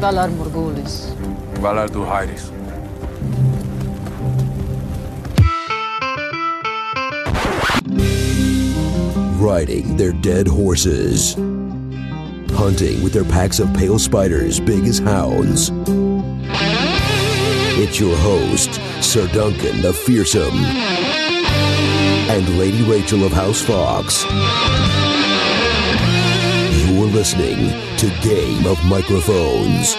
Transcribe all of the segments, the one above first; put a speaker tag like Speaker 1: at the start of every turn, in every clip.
Speaker 1: Valar Morgulis.
Speaker 2: Valar do Aires.
Speaker 3: riding their dead horses, hunting with their packs of pale spiders big as hounds. It's your host, Sir Duncan the Fearsome, and Lady Rachel of House Fox. You're listening to Game of Microphones.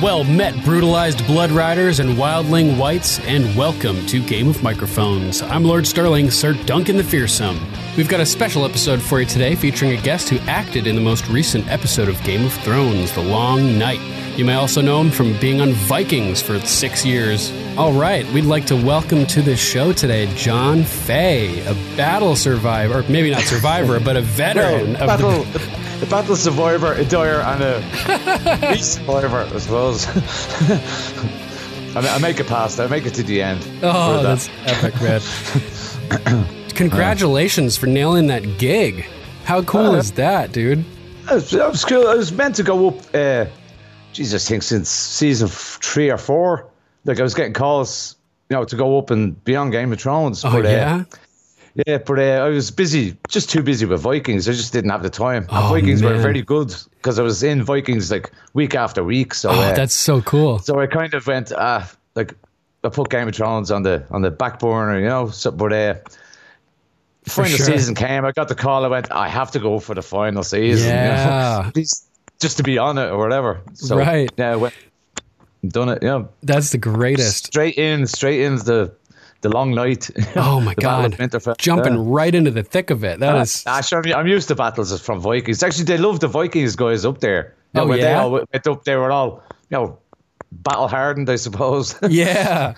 Speaker 4: Well met, brutalized blood riders and wildling whites, and welcome to Game of Microphones. I'm Lord Sterling, Sir Duncan the Fearsome. We've got a special episode for you today featuring a guest who acted in the most recent episode of Game of Thrones, The Long Night. You may also know him from being on Vikings for six years. All right, we'd like to welcome to the show today John Fay, a battle survivor, or maybe not survivor, but a veteran
Speaker 5: Well,
Speaker 4: of the
Speaker 5: battle, the, battle survivor, a dyer, and a beast survivor, I suppose. I, ma- I make it past. I make it to the end.
Speaker 4: Oh,
Speaker 5: For that.
Speaker 4: that's epic, man. Congratulations for nailing that gig. How cool is that, dude?
Speaker 5: I was, I was cool. I was meant to go up. Uh, Jesus, I think since season f- three or four, like I was getting calls, you know, to go up and beyond Game of Thrones.
Speaker 4: Oh,
Speaker 5: but, uh,
Speaker 4: yeah?
Speaker 5: yeah, but uh, I was busy, just too busy with Vikings. I just didn't have the time. And
Speaker 4: Oh,
Speaker 5: Vikings were
Speaker 4: man.
Speaker 5: very good because I was in Vikings like week after week. So
Speaker 4: Oh,
Speaker 5: uh,
Speaker 4: that's so cool.
Speaker 5: So I kind of went, ah, like I put Game of Thrones on the on the back burner, you know. So, but uh, final
Speaker 4: sure.
Speaker 5: season came. I got the call. I went, I have to go for the final season. you know,
Speaker 4: Yeah.
Speaker 5: just, just to be on it or whatever. So,
Speaker 4: Right.
Speaker 5: Yeah, I went, done it. Yeah,
Speaker 4: That's the greatest.
Speaker 5: straight in, straight into the the long night.
Speaker 4: Oh, my
Speaker 5: The Battle of
Speaker 4: God.
Speaker 5: Winterfell,
Speaker 4: Jumping
Speaker 5: yeah.
Speaker 4: right into the thick of it. That is.
Speaker 5: Ah, sure, I'm, I'm used to battles from Vikings. Actually, they love the Vikings guys up there. You know,
Speaker 4: Oh,
Speaker 5: when They
Speaker 4: yeah?
Speaker 5: all went up, they were all, you know, battle hardened, I suppose.
Speaker 4: Yeah.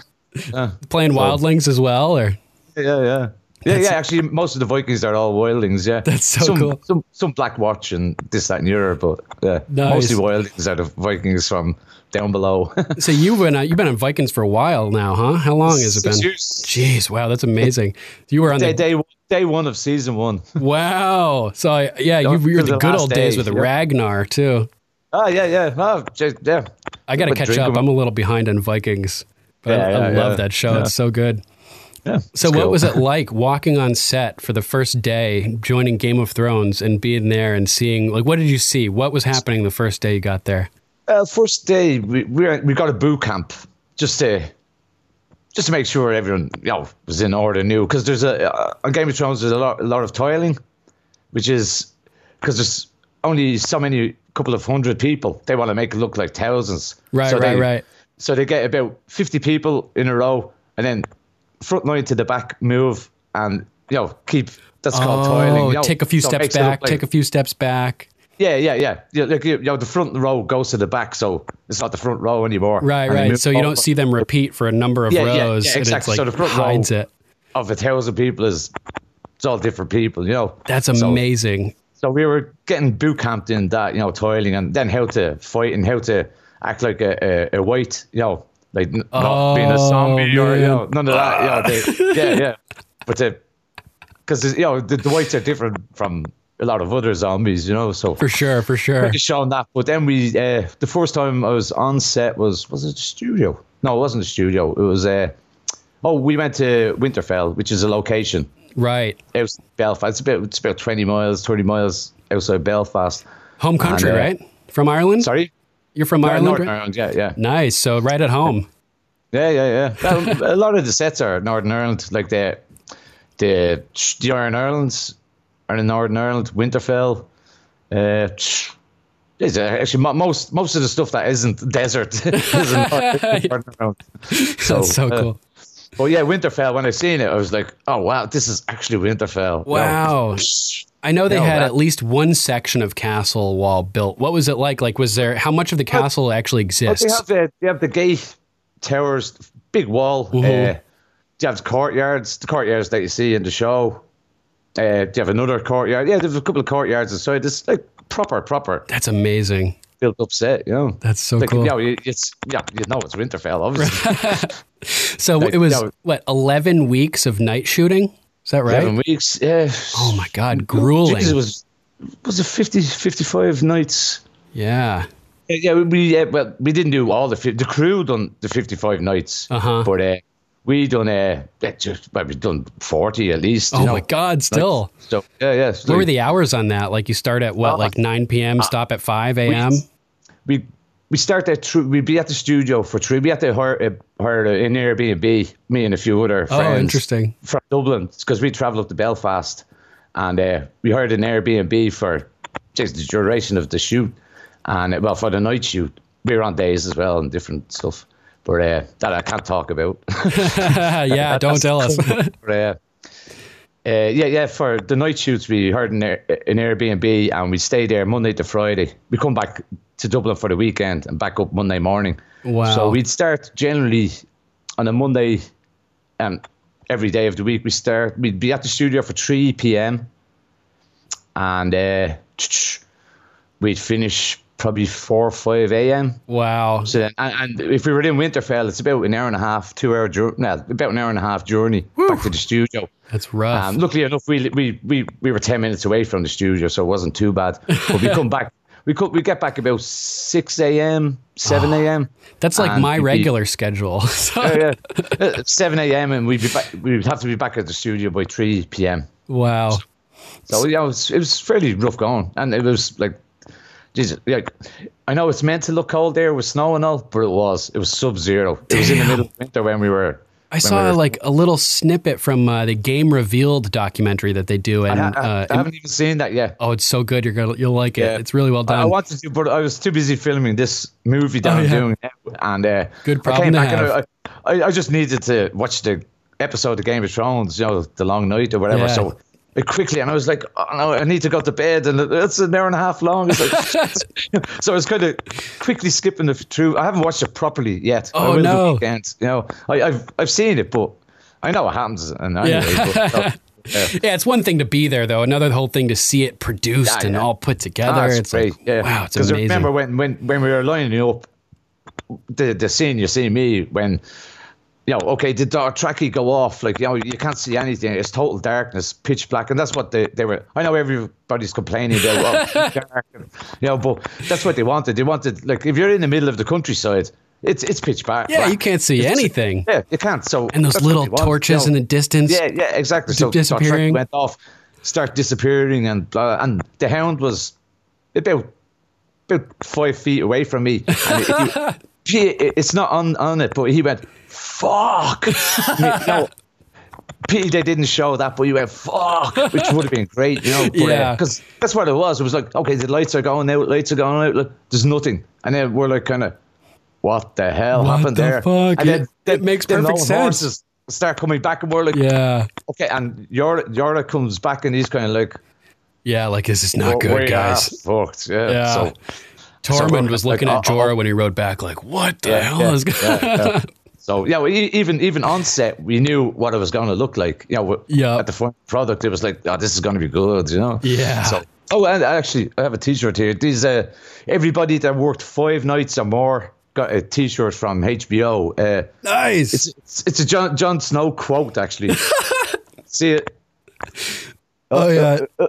Speaker 4: Playing Wildlings as well, or?
Speaker 5: yeah, yeah. Yeah, yeah, actually, most of the Vikings are all wildlings, yeah.
Speaker 4: That's so
Speaker 5: some,
Speaker 4: cool.
Speaker 5: Some, some Black Watch and this, that, and Europe, but yeah,
Speaker 4: Nice.
Speaker 5: mostly wildlings are the Vikings from down below.
Speaker 4: So you've been uh, you've been on Vikings for a while now, huh? How long has it
Speaker 5: Six
Speaker 4: been?
Speaker 5: years.
Speaker 4: Jeez, wow, that's amazing. You were on
Speaker 5: day,
Speaker 4: the
Speaker 5: day, day one of season one.
Speaker 4: wow. So I, yeah, you, you were the
Speaker 5: to the
Speaker 4: good
Speaker 5: last
Speaker 4: old days
Speaker 5: day.
Speaker 4: with
Speaker 5: Yep.
Speaker 4: Ragnar too.
Speaker 5: oh, yeah, yeah. Oh, j- yeah.
Speaker 4: I got to
Speaker 5: But
Speaker 4: catch
Speaker 5: drink
Speaker 4: up.
Speaker 5: 'em-
Speaker 4: I'm a little behind on Vikings, but I,
Speaker 5: Yeah,
Speaker 4: I
Speaker 5: yeah,
Speaker 4: love
Speaker 5: yeah.
Speaker 4: that show. It's so good.
Speaker 5: yeah,
Speaker 4: So,
Speaker 5: it's
Speaker 4: what
Speaker 5: cool.
Speaker 4: was it like walking on set for the first day, joining Game of Thrones, and being there and seeing like what did you see? What was happening the first day you got there?
Speaker 5: Uh, first day, we we, were- we got a boot camp just to just to make sure everyone you know was in order, new because there's a uh, on Game of Thrones there's a lot a lot of tiling, which is because there's only so many couple of hundred people they want to make it look like thousands.
Speaker 4: Right,
Speaker 5: so
Speaker 4: right,
Speaker 5: they,
Speaker 4: right.
Speaker 5: So they get about fifty people in a row, and then front line to the back move, and you know keep that's called tiling.
Speaker 4: Oh,
Speaker 5: you know,
Speaker 4: take a few
Speaker 5: so it
Speaker 4: steps
Speaker 5: makes it look
Speaker 4: back.
Speaker 5: like-
Speaker 4: Take a few steps back.
Speaker 5: yeah, yeah, yeah. yeah like, you know, the front row goes to the back, so it's not the front row anymore.
Speaker 4: Right,
Speaker 5: And they
Speaker 4: right.
Speaker 5: move
Speaker 4: So you don't
Speaker 5: over.
Speaker 4: see them repeat for a number of
Speaker 5: oh, Yeah, yeah, yeah,
Speaker 4: rows, and it's
Speaker 5: exactly.
Speaker 4: like
Speaker 5: So the front row-
Speaker 4: hides it.
Speaker 5: of a thousand people is it's all different people, you know.
Speaker 4: That's
Speaker 5: So-
Speaker 4: amazing.
Speaker 5: So, we were getting boot camped in that, you know, toiling and then how to fight and how to act like a, a, a white, you know, like n-
Speaker 4: Oh,
Speaker 5: not being a zombie or you
Speaker 4: man.
Speaker 5: know, none of that. You know, they, yeah, yeah. But because you know the, the whites are different from a lot of other zombies, you know. So
Speaker 4: for sure, for sure.
Speaker 5: pretty sure on that. But then we, uh, the first time I was on set was was it the studio? No, it wasn't the studio. It was uh, oh, we went to Winterfell, which is a location
Speaker 4: Right,
Speaker 5: outside Belfast. It's about it's about twenty miles, thirty miles outside Belfast.
Speaker 4: home country,
Speaker 5: uh,
Speaker 4: right? From Ireland.
Speaker 5: Sorry,
Speaker 4: you're from
Speaker 5: No,
Speaker 4: Ireland.
Speaker 5: Northern
Speaker 4: right?
Speaker 5: Ireland. Yeah, yeah,
Speaker 4: Nice. So right at home.
Speaker 5: yeah, yeah, yeah. Well, a lot of the sets are Northern Ireland, like the the the Iron Islands are in Northern Ireland, Winterfell. Uh, there's, uh, actually, mo- most most of the stuff that isn't desert is in Northern Northern Ireland.
Speaker 4: That's so
Speaker 5: uh,
Speaker 4: cool.
Speaker 5: But yeah, Winterfell. When I seen it, I was like, "Oh wow, this is actually Winterfell." You know,
Speaker 4: Wow. I know they
Speaker 5: No,
Speaker 4: had
Speaker 5: that-
Speaker 4: at least one section of castle wall built. What was it like? Like, was there how much of the castle actually
Speaker 5: But
Speaker 4: exists?
Speaker 5: they have the they have the gate, towers, big wall.
Speaker 4: Mhm.
Speaker 5: Uh, you have courtyards, the courtyards that you see in the show. Uh, do you have another courtyard? Yeah, there's a couple of courtyards inside. It's like proper, proper
Speaker 4: That's amazing.
Speaker 5: built up set. You know,
Speaker 4: That's so
Speaker 5: like,
Speaker 4: Oh, cool.
Speaker 5: Yeah, you- it's yeah, you know, it's Winterfell, obviously.
Speaker 4: So
Speaker 5: Like,
Speaker 4: it was
Speaker 5: yeah.
Speaker 4: what eleven weeks of night shooting. Is that right?
Speaker 5: Seven weeks. Yeah.
Speaker 4: Oh my god, grueling.
Speaker 5: Jesus, it was was it 50, 55 nights?
Speaker 4: yeah.
Speaker 5: Yeah, yeah, we- we yeah, well, we didn't do all the fif- the crew done the fifty five nights,
Speaker 4: Uh-huh.
Speaker 5: but uh, we done uh, yeah, just well, we done forty at least.
Speaker 4: Oh
Speaker 5: you know.
Speaker 4: my god, still.
Speaker 5: So yeah, yeah. so
Speaker 4: What were the hours on that? Like you start at what,
Speaker 5: Uh,
Speaker 4: like nine p.m. Stop at five a.m.
Speaker 5: we we start at thr- we'd be at the studio for three. We had to hire uh, hire an Airbnb. Me and a few other
Speaker 4: Oh,
Speaker 5: friends
Speaker 4: interesting.
Speaker 5: from Dublin because we traveled up to Belfast, and uh, we hired an Airbnb for just the duration of the shoot, and uh, well for the night shoot we were on days as well and different stuff. But uh, that I can't talk about.
Speaker 4: yeah, don't tell us.
Speaker 5: But, uh, uh, yeah, yeah. For the night shoots, we heard an, Air- an Airbnb and we stay there Monday to Friday. We come back to Dublin for the weekend and back up Monday morning.
Speaker 4: Wow.
Speaker 5: So we'd start generally on a Monday, um, every day of the week. We start. We'd be at the studio for three p.m. and uh, we'd finish probably four or five a.m.
Speaker 4: wow.
Speaker 5: So then, and, and if we were in Winterfell, it's about an hour and a half, two hour journey, no, about an hour and a half journey back to the studio.
Speaker 4: That's rough.
Speaker 5: Um, luckily enough, we, we we we were ten minutes away from the studio, so it wasn't too bad. But we come back, we co- we get back about six a.m., seven a.m.
Speaker 4: That's like
Speaker 5: and
Speaker 4: my
Speaker 5: we'd be-
Speaker 4: regular schedule. So-
Speaker 5: um, Yeah, yeah. Uh, seven a.m. and we'd be back, we'd have to be back at the studio by three p.m.
Speaker 4: Wow.
Speaker 5: So yeah, it was, it was fairly rough going, and it was like, Jesus, like I know it's meant to look cold there with snow and all, but it was it was sub zero. It was in the middle of winter when we were.
Speaker 4: I saw
Speaker 5: were-
Speaker 4: like a little snippet from uh, the Game Revealed documentary that they do, and
Speaker 5: I, I-
Speaker 4: uh,
Speaker 5: I haven't even seen that yet.
Speaker 4: oh, it's so good. You're gonna you'll like it.
Speaker 5: Yeah.
Speaker 4: It's really well
Speaker 5: I- I
Speaker 4: done.
Speaker 5: wanted to, but I was too busy filming this movie that
Speaker 4: Oh,
Speaker 5: I'm
Speaker 4: yeah.
Speaker 5: doing, now, and uh,
Speaker 4: Good
Speaker 5: I
Speaker 4: problem
Speaker 5: came
Speaker 4: to
Speaker 5: back
Speaker 4: have.
Speaker 5: and I, I, I just needed to watch the episode of Game of Thrones, you know, the long night or whatever.
Speaker 4: Yeah.
Speaker 5: So. uh, Quickly, and I was like, oh, no, I need to go to bed, and it's an hour and a half long. It's like, so I was kind of quickly skipping the through. I haven't watched it properly yet. I
Speaker 4: Oh,
Speaker 5: will
Speaker 4: no.
Speaker 5: The weekend, you know, I, I've I've seen it, but I know what happens. And anyway, but, no. yeah.
Speaker 4: yeah, it's one thing to be there though. Another whole thing to see it produced
Speaker 5: Yeah,
Speaker 4: and
Speaker 5: yeah.
Speaker 4: all put together.
Speaker 5: Ah,
Speaker 4: it's like,
Speaker 5: yeah.
Speaker 4: wow, it's
Speaker 5: 'Cause I
Speaker 4: amazing.
Speaker 5: remember when, when, when we were lining up the, the scene you see me when you know, okay, did our tracky go off? Like, you know, you can't see anything. It's total darkness, pitch black. And that's what they, they were. I know everybody's complaining about, oh, it's dark. And, you know, but that's what they wanted. They wanted, like, if you're in the middle of the countryside, it's it's pitch black.
Speaker 4: yeah,
Speaker 5: black.
Speaker 4: you can't see
Speaker 5: It's-
Speaker 4: anything.
Speaker 5: Yeah, you can't. So
Speaker 4: And those
Speaker 5: that's what
Speaker 4: little
Speaker 5: they wanted, you
Speaker 4: torches
Speaker 5: know.
Speaker 4: in the distance.
Speaker 5: Yeah, yeah, exactly. So
Speaker 4: disappearing.
Speaker 5: disappearing went off, start disappearing, and blah, and the hound was about about five feet away from me. And it- he- he- it's not on on it, but he went fuck. I mean, no, pity they didn't show that, but you went fuck, which would have been great, you know. But,
Speaker 4: Yeah.
Speaker 5: because that's what it was. It was like okay, the lights are going out, lights are going out. Look, there's nothing, and then we're like kind of. What the hell
Speaker 4: What
Speaker 5: happened
Speaker 4: the
Speaker 5: there?
Speaker 4: fuck?
Speaker 5: And
Speaker 4: It- it makes perfect
Speaker 5: those
Speaker 4: sense.
Speaker 5: horses Start coming back, and we're like,
Speaker 4: yeah,
Speaker 5: Okay, and Yora, Yora comes back and he's kind of like,
Speaker 4: yeah. Like this is not
Speaker 5: "Well,
Speaker 4: Ah, good,
Speaker 5: we
Speaker 4: guys.
Speaker 5: Are fucked. Yeah.
Speaker 4: Yeah.
Speaker 5: So,
Speaker 4: Tormund was
Speaker 5: like,
Speaker 4: looking at
Speaker 5: uh, uh,
Speaker 4: Jorah when he rode back, like, "What the
Speaker 5: yeah,
Speaker 4: hell
Speaker 5: yeah,
Speaker 4: is going?"
Speaker 5: yeah, yeah. So yeah, well, e- even even on set, we knew what it was going to look like. You know, w-
Speaker 4: Yeah.
Speaker 5: At the final product, it was like, oh, this is going to be good. You know.
Speaker 4: Yeah.
Speaker 5: So oh, and I actually, I have a T-shirt here. These uh, everybody that worked five nights or more got a T-shirt from HBO. Uh,
Speaker 4: Nice.
Speaker 5: it's, it's it's a John John Snow quote actually. See it.
Speaker 4: oh
Speaker 5: uh,
Speaker 4: yeah.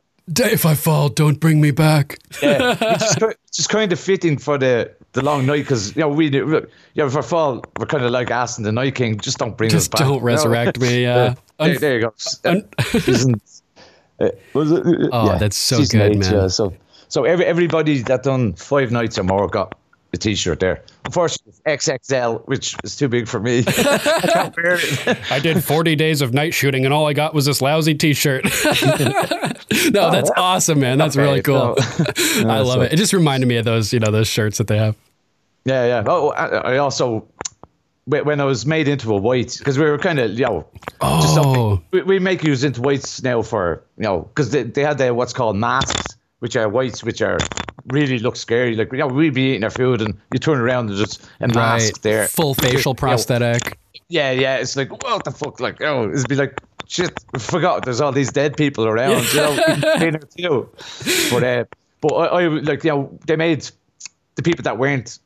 Speaker 4: if I fall, don't bring me back.
Speaker 5: Yeah, it's just, ki- it's just kind of fitting for the the long night because you know we do- look, yeah for fall we're kind of like asking the Night King just don't bring us
Speaker 4: Just
Speaker 5: back.
Speaker 4: don't
Speaker 5: you know?
Speaker 4: resurrect me. Yeah.
Speaker 5: there, there you go.
Speaker 4: un-
Speaker 5: Season- uh, was it-
Speaker 4: Oh, that's so
Speaker 5: season
Speaker 4: good,
Speaker 5: eight,
Speaker 4: man.
Speaker 5: yeah, so so every, everybody that done five nights or more got a T-shirt there. Unfortunately, it's XXL, which is too big for me. I can't wear it.
Speaker 4: I did 40 days of night shooting, and all I got was this lousy T-shirt. no, that's awesome, man. That's
Speaker 5: Okay,
Speaker 4: really cool. I love
Speaker 5: so-
Speaker 4: it. It just reminded me of those, you know, those shirts that they have.
Speaker 5: Yeah, yeah. Oh, I, I also wh- when I was made into a white, because we were kind of, you know, just
Speaker 4: Oh.
Speaker 5: something- we, we make use into whites now for, you know, because they, they had their what's called masks, which are whites, which are really look scary. Like, you know, we'd be eating our food and you turn around and just a mask there.
Speaker 4: Full facial prosthetic.
Speaker 5: Yeah, yeah. It's like, what the fuck? Like, oh, it'd be like, shit, I forgot there's all these dead people around. you know, you know, too. But, uh, but I, I, like, you know, they made the people that weren't,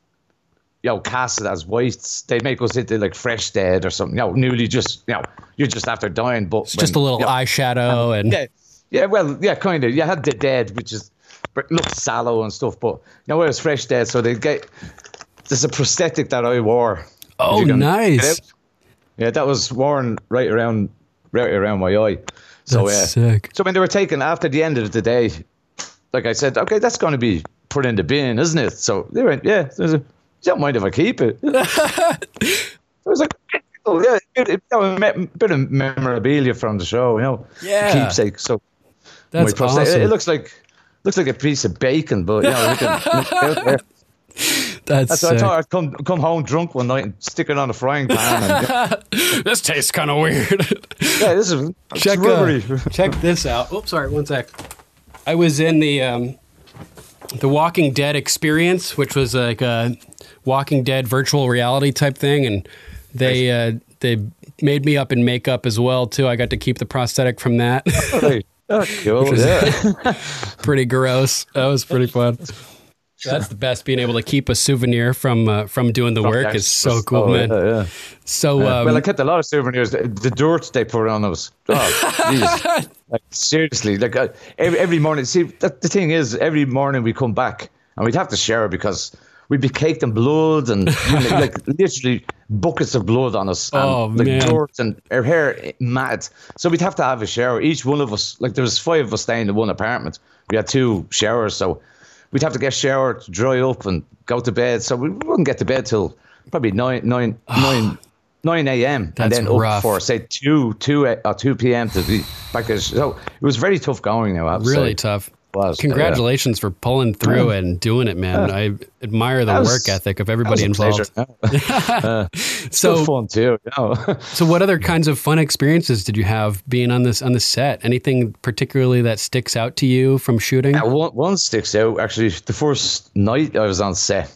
Speaker 5: you know, casted as whites, they make us into like fresh dead or something, you know, newly just, you know, you're just after dying. But
Speaker 4: It's just a
Speaker 5: when-
Speaker 4: little
Speaker 5: you know, um,
Speaker 4: eyeshadow and
Speaker 5: yeah, yeah, well, yeah, kind of. You had the dead, which is but looked sallow and stuff, but you know, it was fresh dead, so they get there's a prosthetic that I wore.
Speaker 4: Oh,
Speaker 5: If you can-
Speaker 4: nice.
Speaker 5: Yeah, that was worn right around, right around my eye. So
Speaker 4: That's
Speaker 5: uh,
Speaker 4: sick.
Speaker 5: So when they were taken after the end of the day, like I said, okay, that's going to be put in the bin, isn't it? So they went, yeah, there's a, you don't mind if I keep it. I was like. Oh yeah, it, it, a me- bit of memorabilia from the show, you know.
Speaker 4: Yeah.
Speaker 5: keepsake. So
Speaker 4: That's
Speaker 5: my prostate.
Speaker 4: awesome.
Speaker 5: It, it looks like looks like a piece of bacon, but you know, we can,
Speaker 4: That's
Speaker 5: so I
Speaker 4: sick.
Speaker 5: thought I'd come come home drunk one night and stick it on a frying pan. And,
Speaker 4: This tastes kind of weird.
Speaker 5: yeah, this is it's
Speaker 4: check
Speaker 5: rubbery.
Speaker 4: uh, check this out. Oops, sorry, one sec. I was in the um, the Walking Dead experience, which was like a Walking Dead virtual reality type thing, and they uh, they made me up in makeup as well too. I got to keep the prosthetic from that.
Speaker 5: Right. Oh, cool,
Speaker 4: is-
Speaker 5: yeah.
Speaker 4: pretty gross. That was pretty fun. That's the best. Being able to keep a souvenir from uh, from doing the work is so cool,
Speaker 5: Oh,
Speaker 4: man.
Speaker 5: yeah, yeah.
Speaker 4: So um,
Speaker 5: well, I kept a lot of souvenirs. The, the dirt they put on us. Oh, jeez. like, seriously, like uh, every, every morning. See, that, the thing is, every morning we come back and we'd have to share because we'd be caked in blood and like, like, literally buckets of blood on us. And,
Speaker 4: Oh,
Speaker 5: like,
Speaker 4: man.
Speaker 5: Dirt and her hair eh, mad. So we'd have to have a shower. Each one of us, like there was five of us staying in one apartment. We had two showers, so we'd have to get showered, dry up, and go to bed. So we wouldn't get to bed till probably nine, nine, nine, nine a.m. and
Speaker 4: That's
Speaker 5: then up
Speaker 4: rough.
Speaker 5: for say two, two a- or two p.m. to be back. to- So it was very tough going now. I have to
Speaker 4: really
Speaker 5: say.
Speaker 4: tough.
Speaker 5: Was, yeah.
Speaker 4: Congratulations for pulling through and doing it, man. I admire the
Speaker 5: That was-
Speaker 4: work ethic of
Speaker 5: That was
Speaker 4: everybody
Speaker 5: a
Speaker 4: involved.
Speaker 5: pleasure. so
Speaker 4: So,
Speaker 5: fun too. You know?
Speaker 4: so what other kinds of fun experiences did you have being on this on the set? Anything particularly that sticks out to you from shooting?
Speaker 5: Yeah, one, one sticks out actually. The first night I was on set,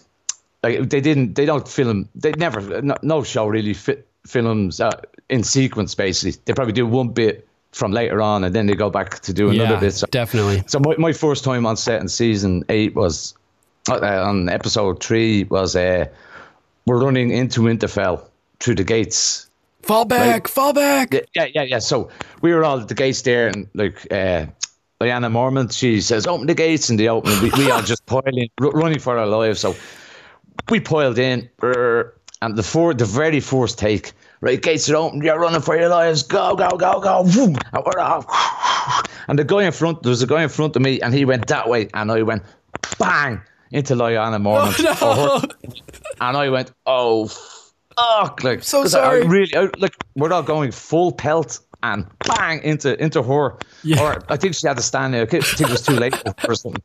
Speaker 5: like they didn't, they don't film, they never, no, no show really fit films uh, in sequence. Basically, they probably do one bit from later on, and then they go back to do another
Speaker 4: Yeah,
Speaker 5: bit. So,
Speaker 4: definitely.
Speaker 5: so my, my first time on set in season eight was uh, on episode three was uh, we're running into Winterfell through the gates
Speaker 4: Fall back, fall back.
Speaker 5: yeah, yeah, yeah, yeah. So we were all at the gates there, and like uh, Diana Mormont, she says, "Open the gates," and they open. and We, we all just piling, r- running for our lives. So we piled in, brr, and the four, the very first take, right, gates are open. You're running for your lives. Go, go, go, go. Vroom, and we're off. And the guy in front, there was a guy in front of me, and he went that way, and I went bang into Diana Mormont.
Speaker 4: Oh,
Speaker 5: Or her- and I went, oh, fuck. Like,
Speaker 4: so
Speaker 5: 'cause I-
Speaker 4: sorry.
Speaker 5: I really, I, like, we're all going full pelt and bang into into her.
Speaker 4: Yeah.
Speaker 5: Or I think she had to stand there. I think it was too late or something.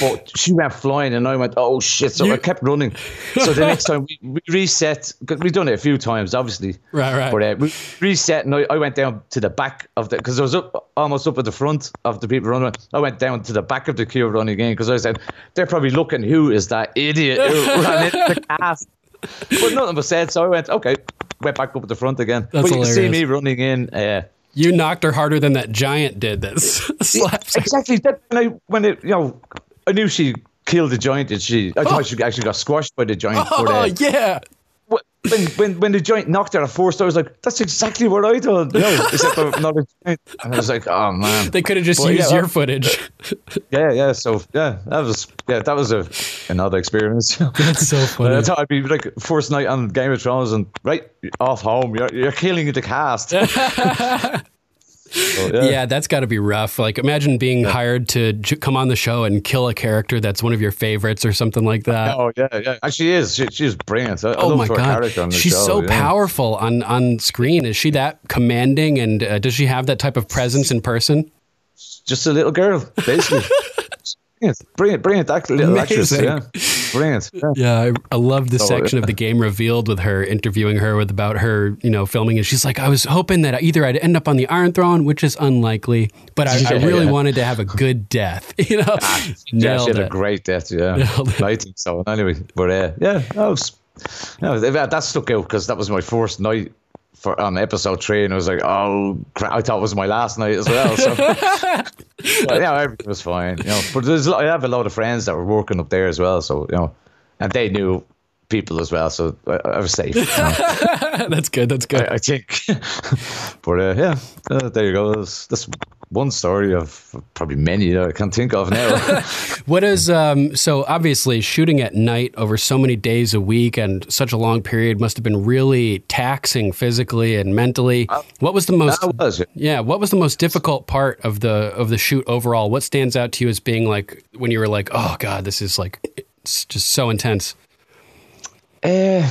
Speaker 5: But she went flying, and I went, oh, shit. So I kept running. So the next time we, we reset, because we've done it a few times, obviously.
Speaker 4: Right, right.
Speaker 5: But uh, we reset, and I, I went down to the back of the, because I was up almost up at the front of the people running. I went down to the back of the queue running again because I said, they're probably looking, who is that idiot who ran into the cast? But nothing was said, so I went, okay, went back up at the front again.
Speaker 4: That's
Speaker 5: but you can see
Speaker 4: hilarious.
Speaker 5: me running in. Uh,
Speaker 4: You knocked her harder than that giant did. That s- slaps.
Speaker 5: exactly. That, when I, when it, you know, I knew she killed the giant and she, I thought she actually got squashed by the giant. but,
Speaker 4: Oh
Speaker 5: uh,
Speaker 4: yeah.
Speaker 5: Wh- when, when when the joint knocked out a four star, I was like, that's exactly what I done. No, except I'm not a joint. And I was like, oh man.
Speaker 4: They could have just
Speaker 5: Well, yeah,
Speaker 4: used your
Speaker 5: that-
Speaker 4: footage.
Speaker 5: Yeah, yeah. So yeah, that was yeah, that was a another experience.
Speaker 4: That's so funny.
Speaker 5: That's how I'd be like first night on Game of Thrones and right off home. You're you're killing the cast. So,
Speaker 4: yeah. that's got to be rough. Like, imagine being hired to j- come on the show and kill a character that's one of your favorites or something like that.
Speaker 5: Oh yeah, yeah. And she is. She, she's brilliant. I, I
Speaker 4: oh
Speaker 5: love
Speaker 4: my
Speaker 5: her
Speaker 4: god,
Speaker 5: character on the
Speaker 4: she's
Speaker 5: show,
Speaker 4: so
Speaker 5: yeah.
Speaker 4: powerful on on screen. Is she that commanding? And uh, does she have that type of presence in person?
Speaker 5: Just a little girl, basically. Brilliant, brilliant, brilliant act- little actress.
Speaker 4: Amazing.
Speaker 5: Yeah, brilliant. Yeah.
Speaker 4: Yeah, I, I love
Speaker 5: Oh,
Speaker 4: the section of the game revealed with her interviewing her with about her, you know, filming. And she's like, I was hoping that either I'd end up on the Iron Throne, which is unlikely, but I, I
Speaker 5: Yeah,
Speaker 4: really
Speaker 5: yeah.
Speaker 4: wanted to have a good death. You know,
Speaker 5: Yeah, she
Speaker 4: nailed
Speaker 5: had a
Speaker 4: it.
Speaker 5: great death. Yeah,
Speaker 4: Nailed it.
Speaker 5: I think so. Anyway, but uh, yeah, that was, that was- that stuck out because that was my first night for on episode three, and I was like, oh, crap, I thought it was my last night as well. So, but, yeah, everything was fine. You know, but there's a lot- I have a lot of friends that were working up there as well, so you know, and they knew people as well, so I, I was safe. you know.
Speaker 4: that's good. That's good.
Speaker 5: I, I think. but uh, yeah, uh, there you go. That's, that's one story of probably many that I can't think of now.
Speaker 4: What is um, so obviously shooting at night over so many days a week and such a long period must have been really taxing physically and mentally.
Speaker 5: Uh,
Speaker 4: What was the most?
Speaker 5: that was it.
Speaker 4: Yeah, what was the most difficult part of the of the shoot overall? What stands out to you as being like when you were like, oh god, this is like it's just so intense.
Speaker 5: Uh,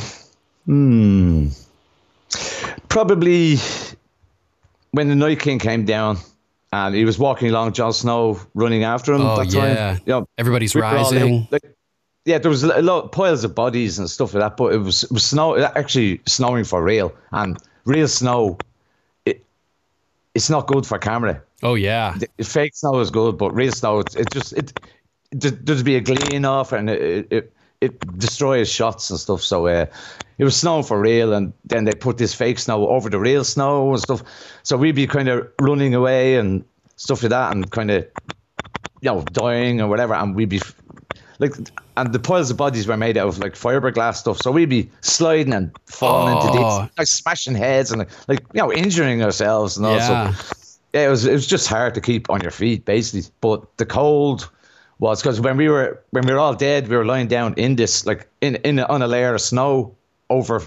Speaker 5: hmm. Probably when the Night King came down and he was walking along, Jon Snow running after him.
Speaker 4: Oh
Speaker 5: that
Speaker 4: yeah,
Speaker 5: time. You know,
Speaker 4: everybody's
Speaker 5: we were all out,
Speaker 4: rising.
Speaker 5: like, yeah, there was a lot piles of bodies and stuff like that, but it was it was snow it actually snowing for real and real snow. It it's not good for camera.
Speaker 4: Oh yeah,
Speaker 5: the- fake snow is good, but real snow, it, it just it there- there'd be a glean off and it it, it destroys shots and stuff. So uh, it was snowing for real, and then they put this fake snow over the real snow and stuff. So we'd be kind of running away and stuff like that, and kind of you know dying or whatever, and we'd be. Like and the piles of bodies were made out of like fiberglass stuff, so we'd be sliding and falling into
Speaker 4: Oh.
Speaker 5: these, like smashing heads and like, like you know injuring ourselves and all.
Speaker 4: Yeah.
Speaker 5: So yeah, it was it was just hard to keep on your feet basically. But the cold was because when we were when we were all dead, we were lying down in this like in in on a layer of snow over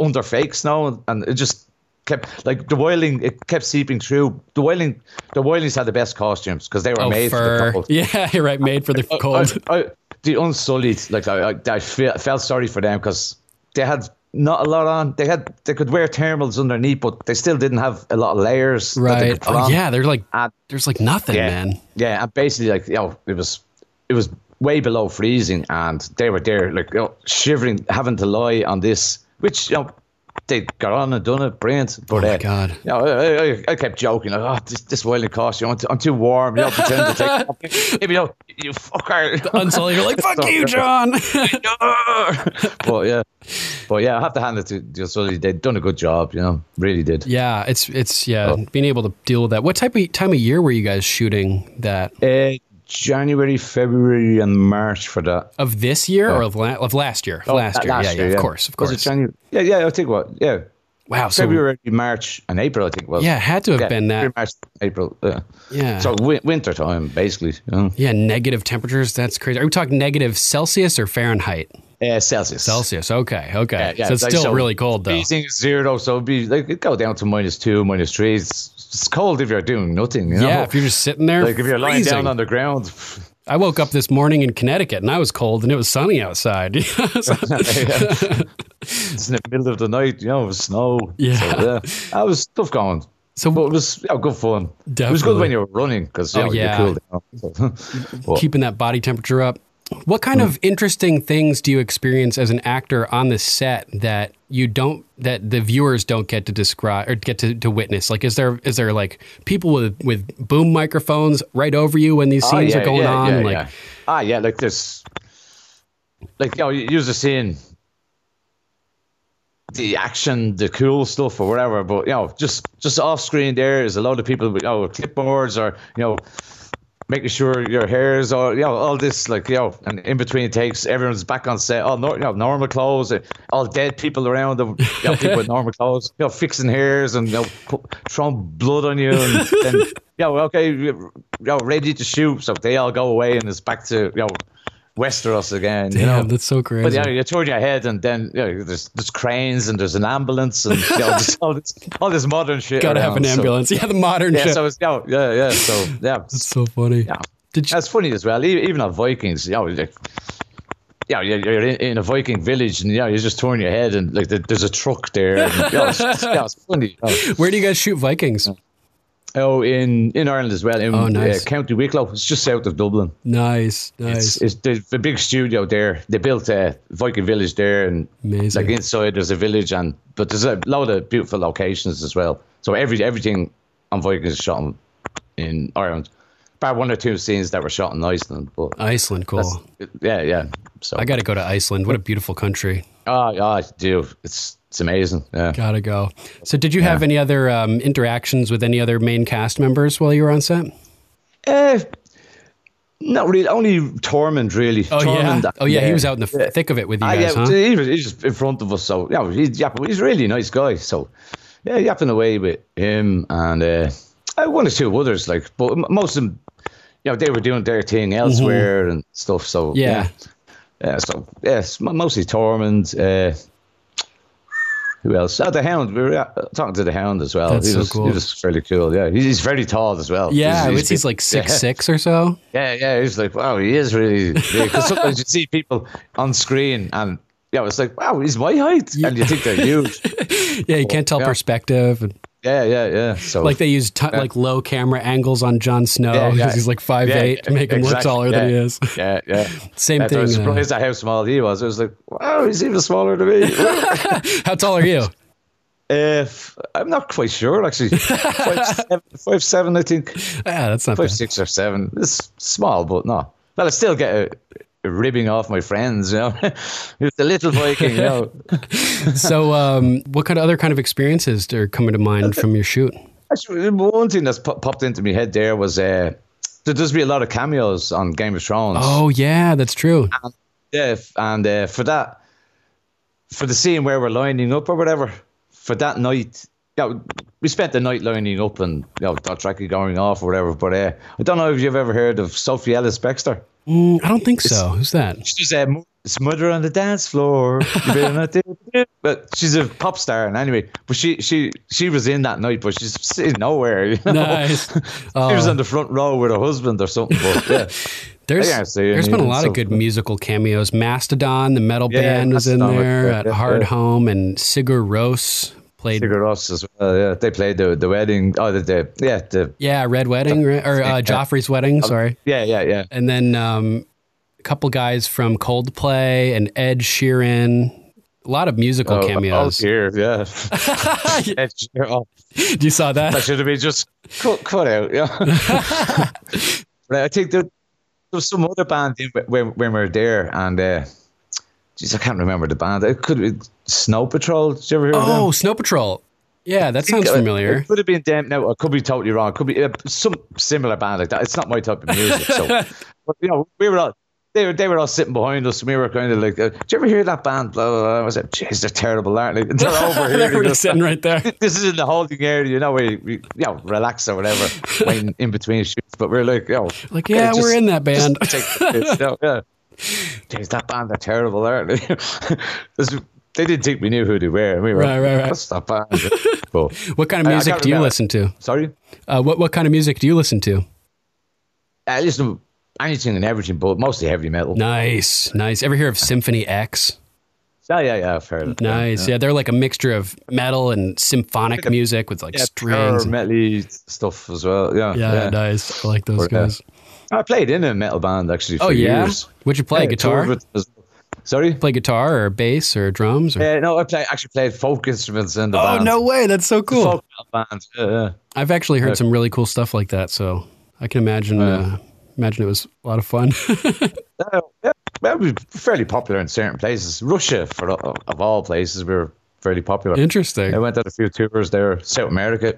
Speaker 5: under fake snow, and it just kept like the wilding it kept seeping through. The wilding the wildlings had the best costumes because they were
Speaker 4: oh
Speaker 5: made for the
Speaker 4: fur.
Speaker 5: cold.
Speaker 4: Yeah, you're right, made for the cold.
Speaker 5: I, I, the unsullied, like I, I, I fe- felt sorry for them because they had not a lot on. They had they could wear thermals underneath, but they still didn't have a lot of layers. that they
Speaker 4: Right.
Speaker 5: could put
Speaker 4: Oh
Speaker 5: on.
Speaker 4: yeah, they're like
Speaker 5: And-
Speaker 4: there's like nothing,
Speaker 5: Uh, yeah,
Speaker 4: man.
Speaker 5: yeah, and basically like you know, it was it was way below freezing, and they were there like you know, shivering, having to lie on this, which you know. They got on and done it, brilliant. But
Speaker 4: Oh, my
Speaker 5: uh,
Speaker 4: God.
Speaker 5: you know, I, I, I kept joking like, "Oh, this, this wilding costume, I'm too, I'm too warm." You know, pretend to take it off. Maybe you know, you fucker.
Speaker 4: Unsullied, you're like fuck
Speaker 5: So-
Speaker 4: you, John.
Speaker 5: but yeah, but yeah, I have to hand it to the Sully. They've done a good job, you know, really did.
Speaker 4: Yeah, it's it's yeah,
Speaker 5: Oh.
Speaker 4: being able to deal with that. What type of time of year were you guys shooting that
Speaker 5: Uh, January, February, and March for that.
Speaker 4: of this year
Speaker 5: Oh.
Speaker 4: or of, la- of last year? Oh, last year, yeah, yeah, of course, of
Speaker 5: Was it
Speaker 4: course.
Speaker 5: January? Yeah, yeah, I think what, yeah,
Speaker 4: Wow, so
Speaker 5: February, March, and April, I think it was.
Speaker 4: yeah, it had to have
Speaker 5: Yeah,
Speaker 4: been that.
Speaker 5: February, March, April. Yeah.
Speaker 4: Yeah,
Speaker 5: So w- winter time, basically. You know.
Speaker 4: yeah, negative temperatures. That's crazy. Are we talking negative Celsius or Fahrenheit?
Speaker 5: Uh, Celsius.
Speaker 4: Celsius. Okay, okay.
Speaker 5: Yeah, yeah,
Speaker 4: so it's
Speaker 5: like,
Speaker 4: still
Speaker 5: so
Speaker 4: really cold though.
Speaker 5: Freezing is zero, so it'd be like it'd go down to minus two, minus three. It's, it's cold if you're doing nothing. You know?
Speaker 4: Yeah, if you're just sitting there,
Speaker 5: like if you're lying
Speaker 4: freezing.
Speaker 5: down on the ground.
Speaker 4: I woke up this morning in Connecticut and I was cold and it was sunny outside. So-
Speaker 5: it's in the middle of the night, you know, with snow.
Speaker 4: Yeah.
Speaker 5: so, yeah. that was tough going.
Speaker 4: So-
Speaker 5: but it was yeah, good fun. It was
Speaker 4: Definitely.
Speaker 5: good when you were running because
Speaker 4: Oh, yeah.
Speaker 5: you're cool. down. But-
Speaker 4: keeping that body temperature up. What kind of interesting things do you experience as an actor on the set that you don't that the viewers don't get to describe or get to, to witness? Like is there is there like people with with boom microphones right over you when these
Speaker 5: Ah,
Speaker 4: scenes
Speaker 5: yeah,
Speaker 4: are going
Speaker 5: yeah,
Speaker 4: on?
Speaker 5: yeah,
Speaker 4: like
Speaker 5: yeah. ah, yeah, like this, like you know, you use the scene, the action, the cool stuff or whatever. But you know, just just off screen there is a lot of people with you know clipboards or you know. Making sure your hairs or you know all this like you know and in between takes everyone's back on set all nor you know, normal clothes uh, all dead people around them you know, people with normal clothes you know fixing hairs and you know, pu- throwing blood on you and then you know okay you know ready to shoot so they all go away and it's back to you know Westeros again you know
Speaker 4: Damn, that's so crazy.
Speaker 5: but yeah, you're turning your head, and then you know, there's there's cranes and there's an ambulance and you know, just all this all this modern shit.
Speaker 4: Gotta have an
Speaker 5: around, so-
Speaker 4: ambulance. yeah, the modern
Speaker 5: yeah,
Speaker 4: shit.
Speaker 5: so it's yeah, yeah, yeah. So yeah,
Speaker 4: that's so funny.
Speaker 5: yeah.
Speaker 4: Did you,
Speaker 5: That's funny as well. e- Even on Vikings, you know, like, yeah, you're, you're in, in a Viking village, and yeah, you're just turning your head, and like there- there's a truck there. And, yeah, it's, yeah, it's funny. you know.
Speaker 4: where do you guys shoot Vikings?
Speaker 5: Oh, in, in Ireland as well, in
Speaker 4: Oh, nice.
Speaker 5: uh, County Wicklow. It's just south of Dublin.
Speaker 4: Nice, nice.
Speaker 5: It's, it's there's a big studio there. They built a Viking village there, and
Speaker 4: Amazing.
Speaker 5: like inside there's a village, and but there's a lot of beautiful locations as well. So every everything on Viking is shot in, in Ireland, bar one or two scenes that were shot in Iceland. But
Speaker 4: Iceland, cool.
Speaker 5: that's- yeah, yeah. So
Speaker 4: I got to go to Iceland. What a beautiful country.
Speaker 5: Oh, yeah, I do. It's it's amazing. Yeah.
Speaker 4: Got to go. So, did you have any other um, interactions with any other main cast members while you were on set?
Speaker 5: Uh, not really. Only Tormund really.
Speaker 4: Oh yeah.
Speaker 5: Tormund,
Speaker 4: Oh yeah, he was out in the thick of it with you
Speaker 5: Ah,
Speaker 4: guys,
Speaker 5: yeah,
Speaker 4: huh?
Speaker 5: he was, he was just in front of us. So yeah, he's yeah, he's a really nice guy. So yeah, yapping away with him and uh, uh, one or two others. Like, but m- most of them, you know, they were doing their thing elsewhere and stuff. So
Speaker 4: Mm-hmm. Yeah.
Speaker 5: yeah. Yeah, so yes, m- mostly Tormund. Uh, who else? Oh, the Hound. We were uh, talking to the Hound as well.
Speaker 4: That's
Speaker 5: he
Speaker 4: so
Speaker 5: was,
Speaker 4: cool.
Speaker 5: He was fairly cool. Yeah, he's very tall as well.
Speaker 4: Yeah, he's, he's like
Speaker 5: yeah.
Speaker 4: six six or so.
Speaker 5: Yeah, yeah, it's like, wow, he is really big. 'Cause sometimes you see people on screen and, yeah, it's like, wow, he's my height. And you think they're huge.
Speaker 4: Yeah, you can't tell
Speaker 5: Yeah.
Speaker 4: perspective, and
Speaker 5: yeah, yeah, yeah. So,
Speaker 4: like they use t- like low camera angles on Jon Snow
Speaker 5: Yeah,
Speaker 4: because
Speaker 5: yeah.
Speaker 4: he's like five
Speaker 5: yeah,
Speaker 4: eight to make him look
Speaker 5: exactly,
Speaker 4: taller
Speaker 5: yeah,
Speaker 4: than he is.
Speaker 5: Yeah, yeah.
Speaker 4: Same
Speaker 5: Yeah, I was
Speaker 4: thing, uh,
Speaker 5: surprised at how small he was. I was like, wow, he's even smaller than me.
Speaker 4: How tall are you?
Speaker 5: if I'm not quite sure, actually. five, seven, five, seven, I think.
Speaker 4: Yeah, Ah, that's not
Speaker 5: Five,
Speaker 4: bad.
Speaker 5: six, or seven. It's small, but no. Well, I still get a, a ribbing off my friends, you know. He's the little Viking, you know.
Speaker 4: So, um, what kind of other kind of experiences are coming to mind from your shoot?
Speaker 5: Actually, one thing that's pop- popped into my head there was uh, there does be a lot of cameos on Game of Thrones.
Speaker 4: Oh yeah, that's true.
Speaker 5: yeah, f- and uh, for that, for the scene where we're lining up or whatever, for that night, yeah, we spent the night lining up and you know, Dothraki going off or whatever. But uh, I don't know if you've ever heard of Sophie Ellis Bextor. Um,
Speaker 4: Mm, I don't think so. Who's that?
Speaker 5: She's a m- it's murder on the dance floor. You better not do it. But she's a pop star, and anyway, but she she she was in that night, but she's sitting nowhere. You know?
Speaker 4: Nice.
Speaker 5: She
Speaker 4: Uh,
Speaker 5: was in the front row with her husband or something. But yeah,
Speaker 4: There's,
Speaker 5: Yeah, so you
Speaker 4: there's
Speaker 5: need
Speaker 4: been a
Speaker 5: it,
Speaker 4: lot
Speaker 5: so-
Speaker 4: of good musical cameos. Mastodon, the metal
Speaker 5: Yeah,
Speaker 4: band, was in
Speaker 5: Mastodon,
Speaker 4: there.
Speaker 5: yeah,
Speaker 4: at
Speaker 5: yeah,
Speaker 4: Hard
Speaker 5: yeah.
Speaker 4: Home and Sigur Rós played.
Speaker 5: Sigur Rós as well. Yeah, they played the the wedding. Oh, the, the yeah the
Speaker 4: Yeah, Red Wedding right? or uh, Joffrey's Wedding.
Speaker 5: Um,
Speaker 4: Sorry,
Speaker 5: yeah yeah yeah.
Speaker 4: and then um, a couple guys from Coldplay and Ed Sheeran. A lot of musical
Speaker 5: Oh,
Speaker 4: cameos.
Speaker 5: Oh dear, yeah. Ed Sheeran. Oh,
Speaker 4: you saw
Speaker 5: that
Speaker 4: that?
Speaker 5: should have been just cut cut out. Yeah. right, I think there, there was some other band in, when when we were there, and uh, geez, I can't remember the band. It could be Snow Patrol. Did you ever hear of them?
Speaker 4: Oh, Snow Patrol. Yeah, that sounds
Speaker 5: think, uh,
Speaker 4: familiar.
Speaker 5: It could have been them. No, I could be totally wrong. It could be uh, some similar band like that. It's not my type of music. So, but, you know, we were all. They were, they were all sitting behind us, and we were kind of like, uh, "Did you ever hear that band?" Blah blah. blah. I was like, "Jeez, they're terrible, aren't they? They're over here.
Speaker 4: They're
Speaker 5: you know.
Speaker 4: already sitting right there.
Speaker 5: this is in the holding area, you know, where you, you know, relax or whatever, when in between shoots." But we are like, "You know,
Speaker 4: Like, yeah,
Speaker 5: just-
Speaker 4: we're in that band.
Speaker 5: just take the piss, you know, yeah. Jeez, that band are terrible, aren't they? This- they didn't think we knew who they were. We were
Speaker 4: Right, right, right.
Speaker 5: That's that band. But,
Speaker 4: What kind
Speaker 5: I-
Speaker 4: of
Speaker 5: I
Speaker 4: music
Speaker 5: can't
Speaker 4: do you
Speaker 5: remember.
Speaker 4: listen to?
Speaker 5: sorry.
Speaker 4: Uh, what what kind of music do you listen to?
Speaker 5: I Uh, listen to anything and everything, but mostly heavy metal.
Speaker 4: Nice, nice. Ever hear of Symphony X?
Speaker 5: Yeah, yeah, yeah, I've heard of that.
Speaker 4: Nice. Yeah, they're like a mixture of metal and symphonic music with like
Speaker 5: Yeah,
Speaker 4: strings.
Speaker 5: power metal stuff as well. Yeah,
Speaker 4: yeah,
Speaker 5: yeah.
Speaker 4: nice. I like those
Speaker 5: Or, uh,
Speaker 4: guys.
Speaker 5: I played in a metal band actually. For
Speaker 4: oh yeah.
Speaker 5: years.
Speaker 4: Would you play
Speaker 5: Yeah,
Speaker 4: guitar?
Speaker 5: toured with them as well. Sorry.
Speaker 4: Play guitar or bass or drums? Or...
Speaker 5: Uh, no, I play, actually played folk instruments in the
Speaker 4: oh
Speaker 5: band.
Speaker 4: no way! That's so cool.
Speaker 5: Folk metal band. Yeah, yeah.
Speaker 4: I've actually heard some really cool stuff like that, so I can imagine. Uh, imagine it was a lot of fun.
Speaker 5: Uh, yeah, well, we were fairly popular in certain places. Russia, for of all places, we were fairly popular. I
Speaker 4: Interesting.
Speaker 5: went on a few tours there. South America.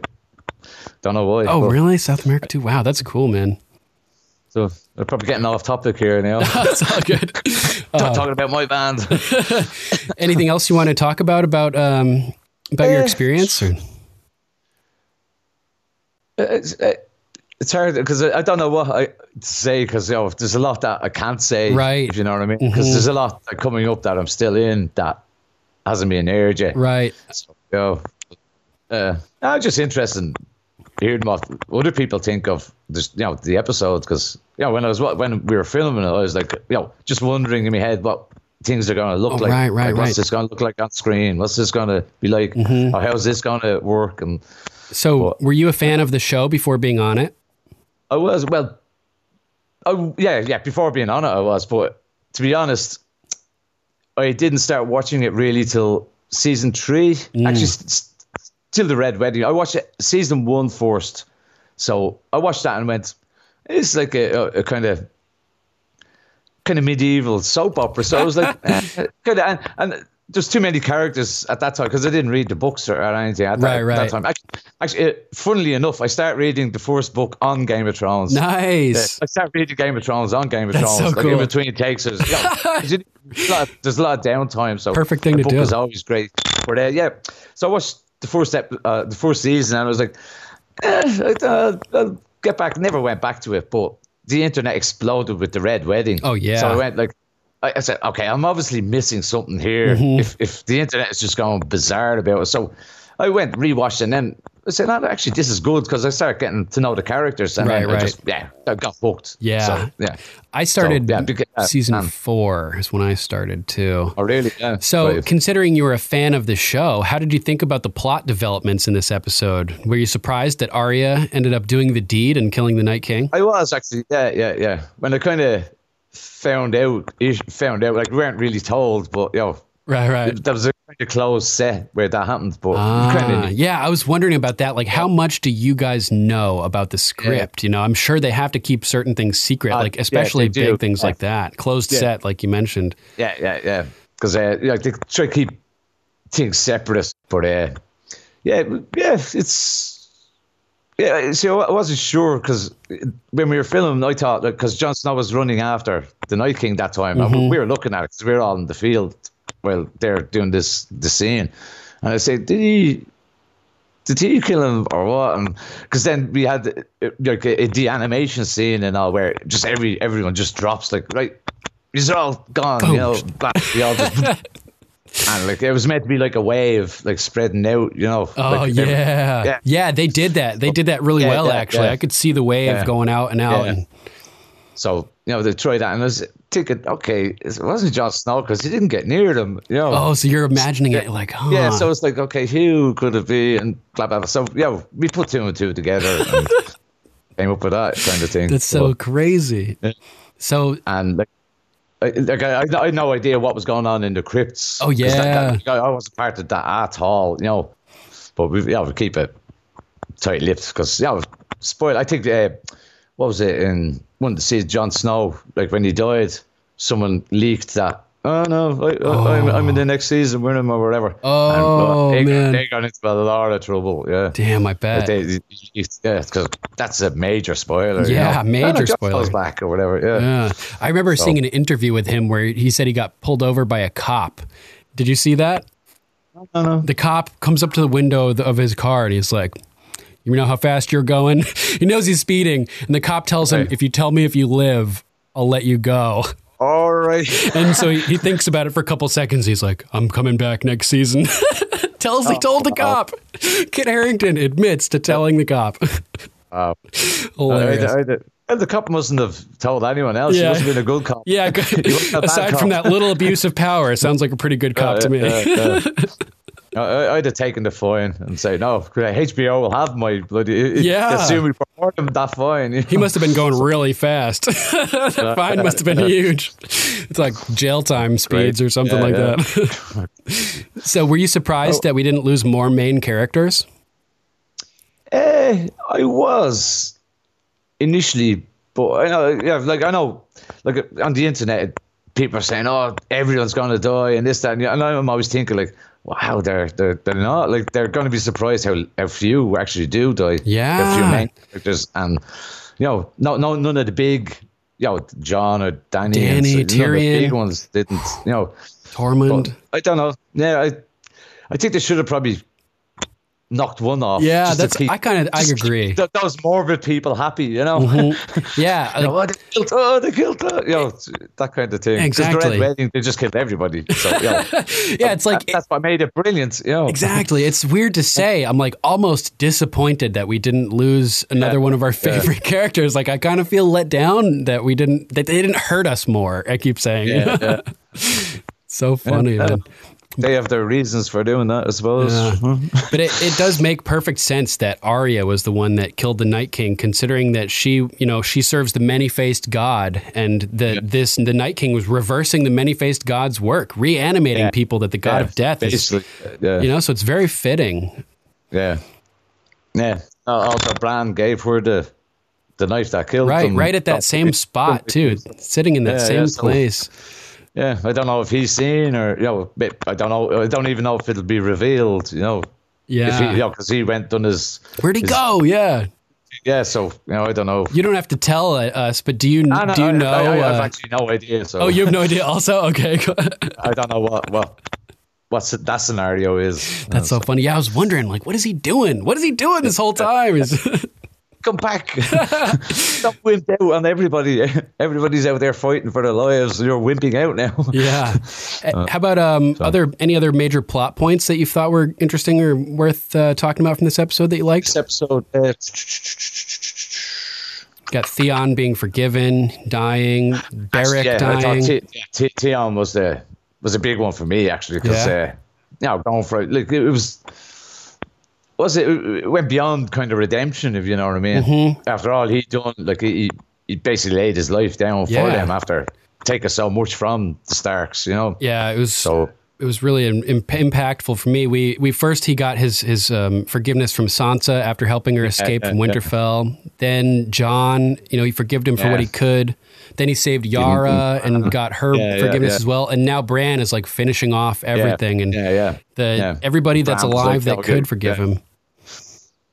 Speaker 5: Don't know why.
Speaker 4: Oh
Speaker 5: but-
Speaker 4: really? South America too? Wow, that's cool, man.
Speaker 5: So we're uh, probably getting off topic here now.
Speaker 4: That's all good.
Speaker 5: Not talking about my band.
Speaker 4: Anything else you want to talk about about um, about your
Speaker 5: Eh.
Speaker 4: experience? Or?
Speaker 5: it's, uh, it's hard because I I don't know what I to say because you know, there's a lot that I can't say.
Speaker 4: Right. Mm-hmm.
Speaker 5: If you know what I mean? Because there's a lot that coming up that I'm still in that hasn't been aired yet.
Speaker 4: Right.
Speaker 5: So, you know, uh, I'm just interested in hearing what other people think of this, you know, the episode because you know, when I was wa- when we were filming it, I was like, you know, just wondering in my head what things are going to look
Speaker 4: Oh,
Speaker 5: like.
Speaker 4: right, right, Mm-hmm.
Speaker 5: Like,
Speaker 4: right.
Speaker 5: What's this going to look like on screen? What's this going to be like? Or how's this going to work? And
Speaker 4: So, were you a fan of the show before being on it?
Speaker 5: I was well. Oh yeah, yeah. Before being on it, I was. But to be honest, I didn't start watching it really till season three.
Speaker 4: Mm.
Speaker 5: Actually, s- s- till the Red Wedding. I watched it, season one first. So I watched that and went, it's like a, a, a kind of kind of medieval soap opera. So I was like, eh, kind of, and, and there's too many characters at that time because I didn't read the books or, or anything at that,
Speaker 4: Right, right.
Speaker 5: that time. Actually, actually, eh, funnily enough, I start reading the first book on Game of Thrones.
Speaker 4: Nice.
Speaker 5: I started reading Game of Thrones on Game of
Speaker 4: That's
Speaker 5: Thrones.
Speaker 4: so
Speaker 5: like in
Speaker 4: cool.
Speaker 5: between takes, there's, you know, 'cause you- there's a lot of- there's a lot of downtime. So
Speaker 4: Perfect thing to
Speaker 5: the book
Speaker 4: do.
Speaker 5: is always great. But uh, yeah, so I watched the first step, uh, the first season, and I was like, eh, I'll, I'll get back. Never went back to it, but the internet exploded with the red wedding.
Speaker 4: Oh, yeah.
Speaker 5: So I went like. I I said, okay, I'm obviously missing something here.
Speaker 4: Mm-hmm.
Speaker 5: If if the internet is just going bizarre about it, so I went rewatched and then I said, no, actually, this is good because I started getting to know the characters and
Speaker 4: Right,
Speaker 5: then I
Speaker 4: right.
Speaker 5: just yeah, I got booked.
Speaker 4: Yeah.
Speaker 5: So, yeah.
Speaker 4: I started
Speaker 5: So, yeah, because- uh,
Speaker 4: season
Speaker 5: um,
Speaker 4: four is when I started too.
Speaker 5: Oh, really? Yeah.
Speaker 4: So,
Speaker 5: But-
Speaker 4: considering you were a fan of the show, how did you think about the plot developments in this episode? Were you surprised that Arya ended up doing the deed and killing the Night King?
Speaker 5: I was actually, yeah, yeah, yeah. When I kind of found out, ish- found out, like, we weren't really told, but, you know,
Speaker 4: Right, right.
Speaker 5: there was a kind of closed set where that happened, but you kind
Speaker 4: Ah,
Speaker 5: of,
Speaker 4: yeah, I was wondering about that. Like, how much do you guys know about the script? You know, I'm sure they have to keep certain things secret,
Speaker 5: Uh,
Speaker 4: like
Speaker 5: yeah,
Speaker 4: especially
Speaker 5: they do.
Speaker 4: big things
Speaker 5: Yeah.
Speaker 4: like that, closed
Speaker 5: Yeah.
Speaker 4: set, like you mentioned.
Speaker 5: yeah, yeah, yeah. Because, uh, like, they try to keep things separate, but, uh, yeah, yeah, it's. Yeah, see, I wasn't sure because when we were filming, I thought because Jon Snow was running after the Night King that time, and we were looking at it because we were all in the field while they're doing this the scene, and I said, "Did he? Did he kill him or what?" Because then we had uh, like a, a de-animation scene and all where just every everyone just drops like right, these are all gone, you know, back, we all just. And like it was meant to be like a wave, like spreading out, you know.
Speaker 4: Oh
Speaker 5: like, every-
Speaker 4: yeah. yeah,
Speaker 5: yeah.
Speaker 4: They did that. They did that really
Speaker 5: Yeah,
Speaker 4: well,
Speaker 5: yeah,
Speaker 4: actually.
Speaker 5: yeah.
Speaker 4: I could see the wave
Speaker 5: Yeah.
Speaker 4: going out and out.
Speaker 5: Yeah.
Speaker 4: And,
Speaker 5: So you know they tried that, and I was thinking, okay, it wasn't Jon Snow because he didn't get near them. You know.
Speaker 4: oh, so you're imagining it like, huh.
Speaker 5: Yeah, so it's like, okay, who could it be? And blah blah. blah. So yeah, we put two and two together and came up with that kind of thing.
Speaker 4: that's so
Speaker 5: But-
Speaker 4: crazy. So
Speaker 5: and like, I, like I, I had no idea what was going on in the crypts.
Speaker 4: Oh,
Speaker 5: 'Cause that-
Speaker 4: yeah.
Speaker 5: that- I wasn't part of that at all. You know, but we yeah we keep it tight lipped because yeah spoil. I think uh, what was it in one of the seasons? Jon Snow like when he died, someone leaked that. Oh no! I, I, I'm, I'm in the next season, with him or whatever.
Speaker 4: Oh,
Speaker 5: and, well, they,
Speaker 4: man.
Speaker 5: they got into a lot of trouble. Yeah,
Speaker 4: damn, I bet.
Speaker 5: They- they- yeah, because that's a major spoiler. you
Speaker 4: Yeah,
Speaker 5: know.
Speaker 4: major
Speaker 5: Oh, Jon Snow's
Speaker 4: spoiler.
Speaker 5: back or whatever. Yeah,
Speaker 4: yeah. I remember seeing an interview with him where he said he got pulled over by a cop. Did you see that?
Speaker 5: Uh-huh.
Speaker 4: The cop comes up to the window of- of his car and he's like, "You know how fast you're going." he knows he's speeding, and the cop tells him,
Speaker 5: Right.
Speaker 4: "If you tell me if you live, I'll let you go."
Speaker 5: All right.
Speaker 4: And so he, he thinks about it for a couple seconds. He's like, I'm coming back next season. Tells
Speaker 5: Oh,
Speaker 4: he told the cop. Kit Harrington admits to telling the cop. Hilarious.
Speaker 5: I, I, I, the cop mustn't have told anyone else.
Speaker 4: Yeah.
Speaker 5: She must have been a good cop.
Speaker 4: yeah,
Speaker 5: wasn't a bad
Speaker 4: aside from
Speaker 5: cop. Uh,
Speaker 4: that little abuse of power, it sounds like a pretty good cop to me.
Speaker 5: Yeah, yeah. I, I'd have taken the fine and say no. HBO will have my bloody.
Speaker 4: Yeah.
Speaker 5: they sue me for more than that fine. you
Speaker 4: He
Speaker 5: know.
Speaker 4: must have been going really fast. that
Speaker 5: Uh,
Speaker 4: fine must have been huge. It's like jail time speeds or something
Speaker 5: Yeah,
Speaker 4: like
Speaker 5: yeah. Oh.
Speaker 4: that. so, were you surprised that we didn't lose more main characters?
Speaker 5: Eh, I was initially, but I know, yeah, like I know, like on the internet, people are saying, "Oh, everyone's going to die," and this, that, and, the other. and I'm always thinking, like, "Wow, they're they're, they're not like they're going to be surprised how, how few actually do die."
Speaker 4: Yeah.
Speaker 5: a few main characters, and you know, no, no, none of the big, you know, John or Danny, and
Speaker 4: Danny,
Speaker 5: so- none of the
Speaker 4: Tyrion.
Speaker 5: big ones didn't, you know.
Speaker 4: Tormund.
Speaker 5: I don't know. Yeah, I, I think they should have probably knocked one off.
Speaker 4: yeah,
Speaker 5: just to
Speaker 4: that's.
Speaker 5: keep-
Speaker 4: I kind of. I agree.
Speaker 5: Th- those morbid people happy, you know.
Speaker 4: Mm-hmm. Yeah, like,
Speaker 5: oh, they killed, oh, they killed, her," you know, it's that kind of thing. 'Cause The
Speaker 4: Exactly.
Speaker 5: Red Wedding, they just killed everybody. So, you know,
Speaker 4: yeah, it's like
Speaker 5: that's what made it brilliant, you know.
Speaker 4: exactly. It's weird to say. I'm like almost disappointed that we didn't lose another
Speaker 5: Yeah.
Speaker 4: one of our favorite characters. Like I kind of feel let down that we didn't that they didn't hurt us more. I keep saying.
Speaker 5: Yeah, yeah.
Speaker 4: so funny, man.
Speaker 5: They have their reasons for doing that, I suppose. Mm-hmm.
Speaker 4: Yeah. but it, it does make perfect sense that Arya was the one that killed the Night King, considering that she, you know, she serves the many-faced god, and the this the Night King was reversing the many-faced god's work, reanimating
Speaker 5: Yeah.
Speaker 4: people that the god
Speaker 5: Yeah,
Speaker 4: of death is,
Speaker 5: basically. Yeah.
Speaker 4: you know. So it's very fitting.
Speaker 5: Yeah. Yeah. Uh, Also, Bran gave her the the knife that killed
Speaker 4: Right,
Speaker 5: them.
Speaker 4: right at that same spot too, sitting in that
Speaker 5: Yeah,
Speaker 4: same
Speaker 5: yeah, so-
Speaker 4: place.
Speaker 5: Yeah, I don't know if he's seen or you know, but I don't know. I don't even know if it'll be revealed. You know, if he,
Speaker 4: Yeah,
Speaker 5: you know, 'cause he went done his
Speaker 4: where'd he
Speaker 5: his-
Speaker 4: go? Yeah,
Speaker 5: yeah. So you know, I don't know.
Speaker 4: you don't have to tell uh, us, but do you
Speaker 5: I
Speaker 4: do you know?
Speaker 5: I, I, have
Speaker 4: uh,
Speaker 5: actually no idea. So
Speaker 4: oh, you have no idea. Also, okay, go-
Speaker 5: I don't know what what what's that scenario is.
Speaker 4: that's so funny. Yeah, I was wondering, like, what is he doing? What is he doing this whole time? Is
Speaker 5: Uh, Come back, stop wimp out on everybody. Everybody's out there fighting for their lives. You're wimping out now.
Speaker 4: Yeah. Uh, How about um, other any other major plot points that you thought were interesting or worth uh, talking about from this episode that you liked?
Speaker 5: This episode. Uh,
Speaker 4: Got Theon being forgiven, dying, Beric
Speaker 5: yeah, I
Speaker 4: dying.
Speaker 5: thought T- yeah, T- Tion was the was a big one for me actually because
Speaker 4: Yeah.
Speaker 5: uh, you know going for it, like it was was it, it went beyond kind of redemption if you know what I mean.
Speaker 4: Mm-hmm.
Speaker 5: After all, he done like he he basically laid his life down
Speaker 4: Yeah.
Speaker 5: for them after taking so much from the Starks, you know.
Speaker 4: yeah, it was
Speaker 5: So
Speaker 4: it was really im- im- impactful for me. We we first he got his his um, forgiveness from Sansa after helping her escape
Speaker 5: yeah,
Speaker 4: from
Speaker 5: yeah.
Speaker 4: Winterfell. Then John, you know, he forgived him for what
Speaker 5: Yeah.
Speaker 4: he could. Then he saved Yara and got her
Speaker 5: Uh-huh. Yeah, yeah,
Speaker 4: forgiveness
Speaker 5: yeah.
Speaker 4: as well. And now Bran is like finishing off everything and
Speaker 5: yeah, yeah.
Speaker 4: the
Speaker 5: Yeah.
Speaker 4: everybody that's
Speaker 5: Bran was
Speaker 4: alive
Speaker 5: like,
Speaker 4: that
Speaker 5: "Okay,
Speaker 4: could forgive
Speaker 5: yeah."
Speaker 4: him.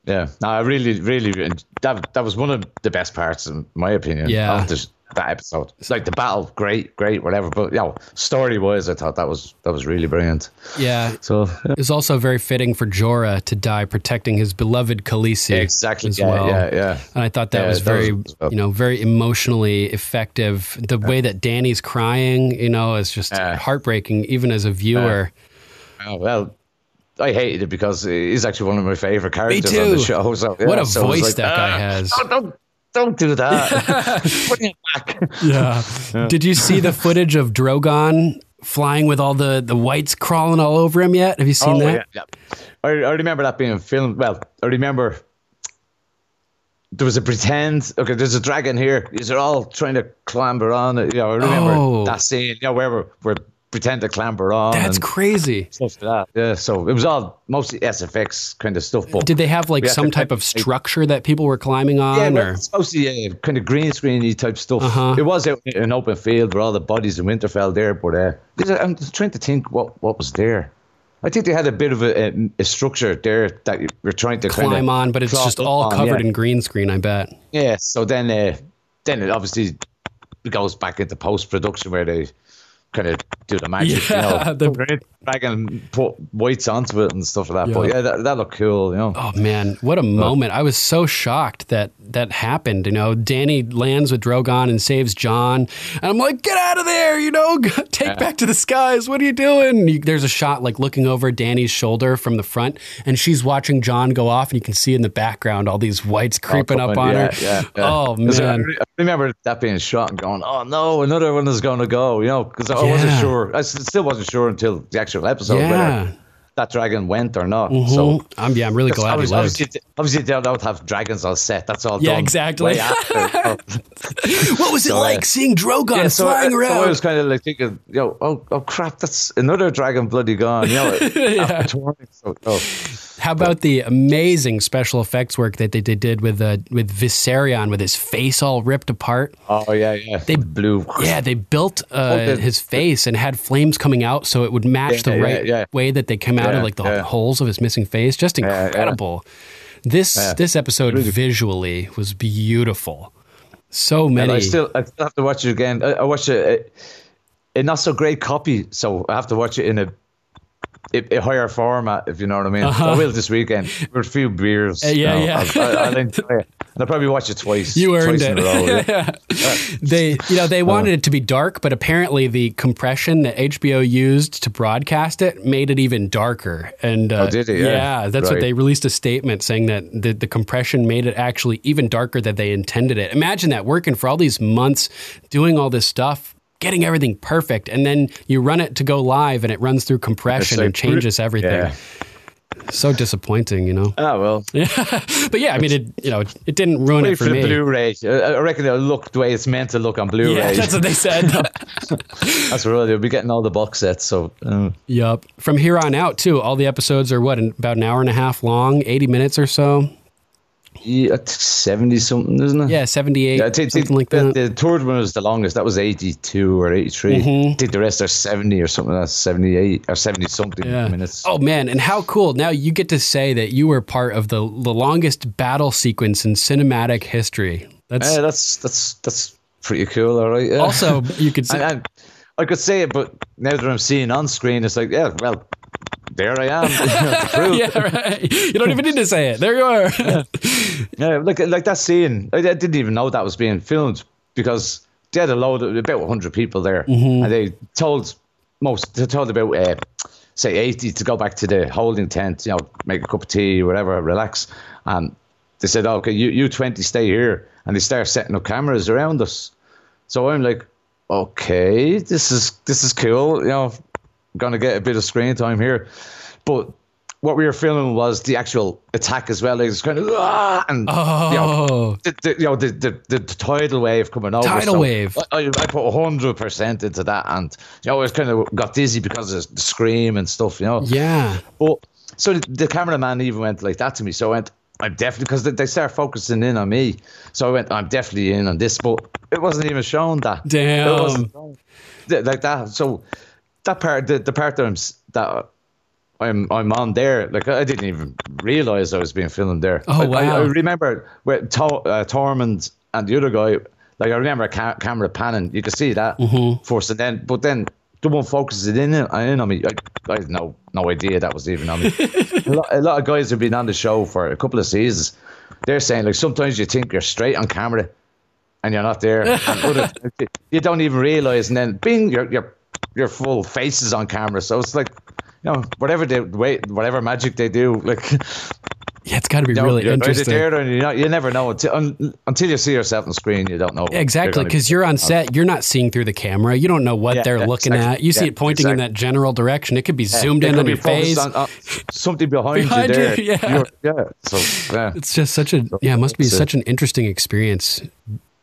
Speaker 5: Yeah, no, I really, really, that that was one of the best parts, in my opinion.
Speaker 4: Yeah.
Speaker 5: of this, that episode. It's like the battle, great, great, whatever. But you know, story wise, I thought that was that was really brilliant.
Speaker 4: Yeah,
Speaker 5: So yeah.
Speaker 4: it was also very fitting for Jorah to die protecting his beloved Khaleesi.
Speaker 5: exactly,
Speaker 4: as
Speaker 5: yeah,
Speaker 4: well.
Speaker 5: yeah, yeah,
Speaker 4: And I thought that
Speaker 5: Yeah,
Speaker 4: was
Speaker 5: that was-
Speaker 4: very, you know, very emotionally effective. The way that Danny's crying, you know, is just
Speaker 5: Yeah.
Speaker 4: heartbreaking, even as a viewer.
Speaker 5: Oh, well, I hated it because he's actually one of my favorite characters on
Speaker 4: too.
Speaker 5: the show. So, yeah,
Speaker 4: what a
Speaker 5: so I was
Speaker 4: voice
Speaker 5: like,
Speaker 4: that guy
Speaker 5: "Ah,
Speaker 4: has!
Speaker 5: Don't, don't, don't do that. Bring it back.
Speaker 4: Yeah. Did you see the footage of Drogon flying with all the the whites crawling all over him yet? Have you seen that?
Speaker 5: Oh, Yeah, yeah. I, I remember that being filmed. Well, I remember there was a pretend. Okay, there's a dragon here. These are all trying to clamber on. it. You know, I remember
Speaker 4: Oh.
Speaker 5: that scene. You know, where we're, we're pretend to clamber on.
Speaker 4: That's
Speaker 5: and
Speaker 4: crazy.
Speaker 5: stuff like that. Yeah, so it was all mostly SFX kind of stuff. But
Speaker 4: Did they have like
Speaker 5: Yeah,
Speaker 4: some
Speaker 5: they-
Speaker 4: type of structure that people were climbing
Speaker 5: yeah,
Speaker 4: on?
Speaker 5: well,
Speaker 4: or
Speaker 5: it's mostly uh, kind of green screeny type stuff.
Speaker 4: Uh-huh.
Speaker 5: It was out in an open field with all the bodies in Winterfell there, but uh, 'cause I- I'm just trying to think what, what was there. I think they had a bit of a, a, a structure there that you were trying to kind
Speaker 4: climb
Speaker 5: of,
Speaker 4: on, but it's
Speaker 5: Crawl
Speaker 4: just
Speaker 5: up
Speaker 4: all
Speaker 5: on,
Speaker 4: covered
Speaker 5: yeah.
Speaker 4: in green screen. I bet.
Speaker 5: Yeah, so then uh, then it obviously goes back into post production where they kind of do the magic,
Speaker 4: Yeah,
Speaker 5: you know,
Speaker 4: the-
Speaker 5: the, and put whites onto it and stuff like that. But
Speaker 4: Yeah.
Speaker 5: yeah, that, that looked cool, you know.
Speaker 4: Oh man, what a moment! I was so shocked that that happened. You know, Danny lands with Drogon and saves John, and I'm like, "Get out of there! You know, take back to the skies. What are you doing?" And you- there's a shot like looking over Danny's shoulder from the front, and she's watching John go off, and you can see in the background all these whites creeping up on
Speaker 5: yeah,
Speaker 4: her.
Speaker 5: Yeah, yeah.
Speaker 4: Oh
Speaker 5: 'Cause I,
Speaker 4: man,
Speaker 5: re- I remember that being shot and going, "Oh no, another one is going to go," you know, because I
Speaker 4: Yeah.
Speaker 5: wasn't sure. I s- still wasn't sure until the actual episode
Speaker 4: Yeah.
Speaker 5: whether that dragon went or not.
Speaker 4: Mhm.
Speaker 5: So.
Speaker 4: I'm yeah, I'm really glad he
Speaker 5: Obviously,
Speaker 4: lived.
Speaker 5: obviously, obviously, they don't have dragons on set. That's all.
Speaker 4: Yeah,
Speaker 5: done
Speaker 4: exactly.
Speaker 5: way after.
Speaker 4: What was it
Speaker 5: So, uh,
Speaker 4: like seeing Drogon
Speaker 5: yeah, so, I-
Speaker 4: flying
Speaker 5: so
Speaker 4: around?
Speaker 5: I was kind of like thinking, you know, oh, oh crap, that's another dragon bloody gone. You know, after touring, so, oh.
Speaker 4: How about the amazing special effects work that they, they did with uh, with Viserion with his face all ripped apart?
Speaker 5: oh yeah, yeah. They blew.
Speaker 4: Yeah, they built uh,
Speaker 5: Oh, the-
Speaker 4: his face and had flames coming out so it would match
Speaker 5: Yeah,
Speaker 4: the
Speaker 5: yeah,
Speaker 4: right
Speaker 5: yeah.
Speaker 4: way that they come out
Speaker 5: Yeah,
Speaker 4: of like the
Speaker 5: yeah.
Speaker 4: holes of his missing face. Just
Speaker 5: yeah.
Speaker 4: incredible. This this episode visually was beautiful. So many.
Speaker 5: And I still, I still have to watch it again. I, I watched a, a, a not so great copy, so I have to watch it in a, a, a higher format, if you know what I mean. I will this weekend for a few beers. you
Speaker 4: Uh-huh. Uh, yeah,
Speaker 5: know.
Speaker 4: yeah.
Speaker 5: I'll, I'll, I'll enjoy it. And I'll probably watch it twice.
Speaker 4: You earned
Speaker 5: twice
Speaker 4: it.
Speaker 5: In a row, yeah.
Speaker 4: they you know they
Speaker 5: Oh.
Speaker 4: wanted it to be dark, but apparently the compression that HBO used to broadcast it made it even darker. And uh,
Speaker 5: Oh, did it? Yeah.
Speaker 4: that's what
Speaker 5: Right.
Speaker 4: they released a statement saying that the, the compression made it actually even darker than they intended it. Imagine that working for all these months, doing all this stuff. getting everything perfect, and then you run it to go live, and it runs through compression
Speaker 5: like-
Speaker 4: and changes everything.
Speaker 5: Yeah.
Speaker 4: So disappointing, you know.
Speaker 5: Oh well.
Speaker 4: But yeah, I mean, it you know it, it didn't ruin
Speaker 5: Wait
Speaker 4: it
Speaker 5: for,
Speaker 4: for
Speaker 5: the
Speaker 4: me.
Speaker 5: Blu-ray. Uh, I reckon it'll look the way it's meant to look on Blu-ray.
Speaker 4: yeah, that's
Speaker 5: that's,
Speaker 4: what they said.
Speaker 5: really. We'll be getting all the box sets. So uh,
Speaker 4: Yup. From here on out, too, all the episodes are what an- about an hour and a half long, eighty minutes or so.
Speaker 5: yeah, seventy something, isn't it?
Speaker 4: Yeah, seventy-eight,
Speaker 5: I think-
Speaker 4: something like
Speaker 5: the,
Speaker 4: that.
Speaker 5: The third one was the longest. That was eighty-two or 83
Speaker 4: Mm-hmm.
Speaker 5: I think the rest are seventy or something. That's seventy-eight or seventy something
Speaker 4: Yeah.
Speaker 5: minutes.
Speaker 4: Oh man, and how cool! Now you get to say that you were part of the the longest battle sequence in cinematic history. That's
Speaker 5: Yeah, that's that's that's pretty cool. All right. Yeah.
Speaker 4: also you could say
Speaker 5: and, and I could say it, but now that I'm seeing on screen, it's like, yeah, well, there I am. to prove.
Speaker 4: yeah, right. You don't even need to say it. There you are.
Speaker 5: Yeah, like like that scene. I, I didn't even know that was being filmed because they had a load of about 100 people there, and they told most they told about uh, say 80 to go back to the holding tent, you know, make a cup of tea, whatever, relax, and they said, "Oh, okay, you you 20 stay here, and they start setting up cameras around us. So I'm like, okay, this is this is cool, you know, gonna get a bit of screen time here, but. What we were filming was the actual attack as well. It was kind of "Ah," and you know,
Speaker 4: Oh,
Speaker 5: the, the, you know the, the, the tidal wave coming over.
Speaker 4: Tidal wave.
Speaker 5: I, I I put hundred percent into that, and you know, I was kind of got dizzy because of the scream and stuff. You know,
Speaker 4: yeah.
Speaker 5: But so the, the cameraman even went like that to me. So I went, I'm definitely because they, they start focusing in on me. So I went, I'm definitely in on this. But it wasn't even shown that.
Speaker 4: Damn.
Speaker 5: It wasn't shown. Th- like that. So that part, the, the part that I'm s- that I'm I'm on there. Like I didn't even realize I was being filmed there.
Speaker 4: Oh,
Speaker 5: I, I,
Speaker 4: wow.
Speaker 5: I remember where to, uh, Tormund and the other guy. Like I remember a ca- camera panning. You could see that
Speaker 4: Mm-hmm.
Speaker 5: first, and then but then the one focuses in in on me. I, I had no no idea that was even on me. a, lot, a lot of guys have been on the show for a couple of seasons. They're saying like sometimes you think you're straight on camera, and you're not there. And other, you don't even realize, and then bing, your your your full face is on camera. So it's like, you know, whatever they wait, whatever magic they do, like
Speaker 4: Yeah, it's got to be
Speaker 5: you know,
Speaker 4: really
Speaker 5: you're either
Speaker 4: interesting.
Speaker 5: there or you're not, you never know until un, until you see yourself on screen. You don't know
Speaker 4: Exactly, because you're on set, you're not seeing through the camera. You don't know what
Speaker 5: Yeah,
Speaker 4: they're
Speaker 5: yeah,
Speaker 4: looking
Speaker 5: exactly.
Speaker 4: at. You see
Speaker 5: Yeah,
Speaker 4: it pointing in
Speaker 5: exactly.
Speaker 4: that general direction. Eh, It could be zoomed in on your face.
Speaker 5: something behind,
Speaker 4: Behind you,
Speaker 5: you there.
Speaker 4: yeah.
Speaker 5: You're- yeah. So yeah,
Speaker 4: it's just such a yeah. It must be
Speaker 5: That's it.
Speaker 4: such an interesting experience.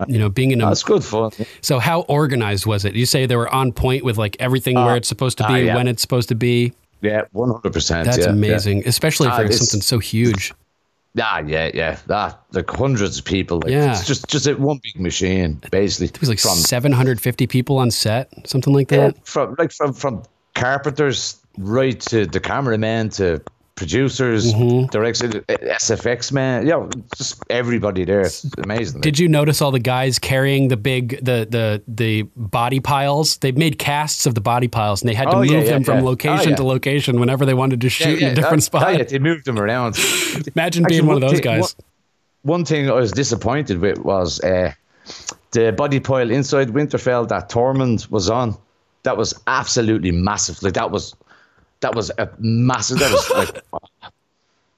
Speaker 4: You know, being in a
Speaker 5: that's good fun.
Speaker 4: so how organized was it? You say they were on point with like everything where it's supposed to be,
Speaker 5: ah, yeah.
Speaker 4: when it's supposed to be.
Speaker 5: Yeah, one hundred percent.
Speaker 4: That's amazing, especially
Speaker 5: Ah,
Speaker 4: for
Speaker 5: it's-
Speaker 4: something so huge.
Speaker 5: Ah, yeah, yeah. That like hundreds of people. Like,
Speaker 4: Yeah.
Speaker 5: it's just just a one big machine basically.
Speaker 4: It was like 750 people on set, something like that.
Speaker 5: from like from from carpenters right to the cameraman to producers,
Speaker 4: Mm-hmm.
Speaker 5: directors, SFX man, you know, just everybody there. It's amazing.
Speaker 4: Did you notice all the guys carrying the big the the the body piles? They made casts of the body piles, and they had to
Speaker 5: Oh,
Speaker 4: move
Speaker 5: yeah, yeah,
Speaker 4: them from
Speaker 5: yeah.
Speaker 4: location
Speaker 5: Oh, yeah.
Speaker 4: to location whenever they wanted to shoot in a different
Speaker 5: that-
Speaker 4: spot.
Speaker 5: yeah, they moved them around.
Speaker 4: Imagine
Speaker 5: Actually,
Speaker 4: being one of those
Speaker 5: thing-
Speaker 4: guys.
Speaker 5: One, one thing I was disappointed with was uh, the body pile inside Winterfell that Tormund was on. That was absolutely massive. Like that was, that was a massive. That was like,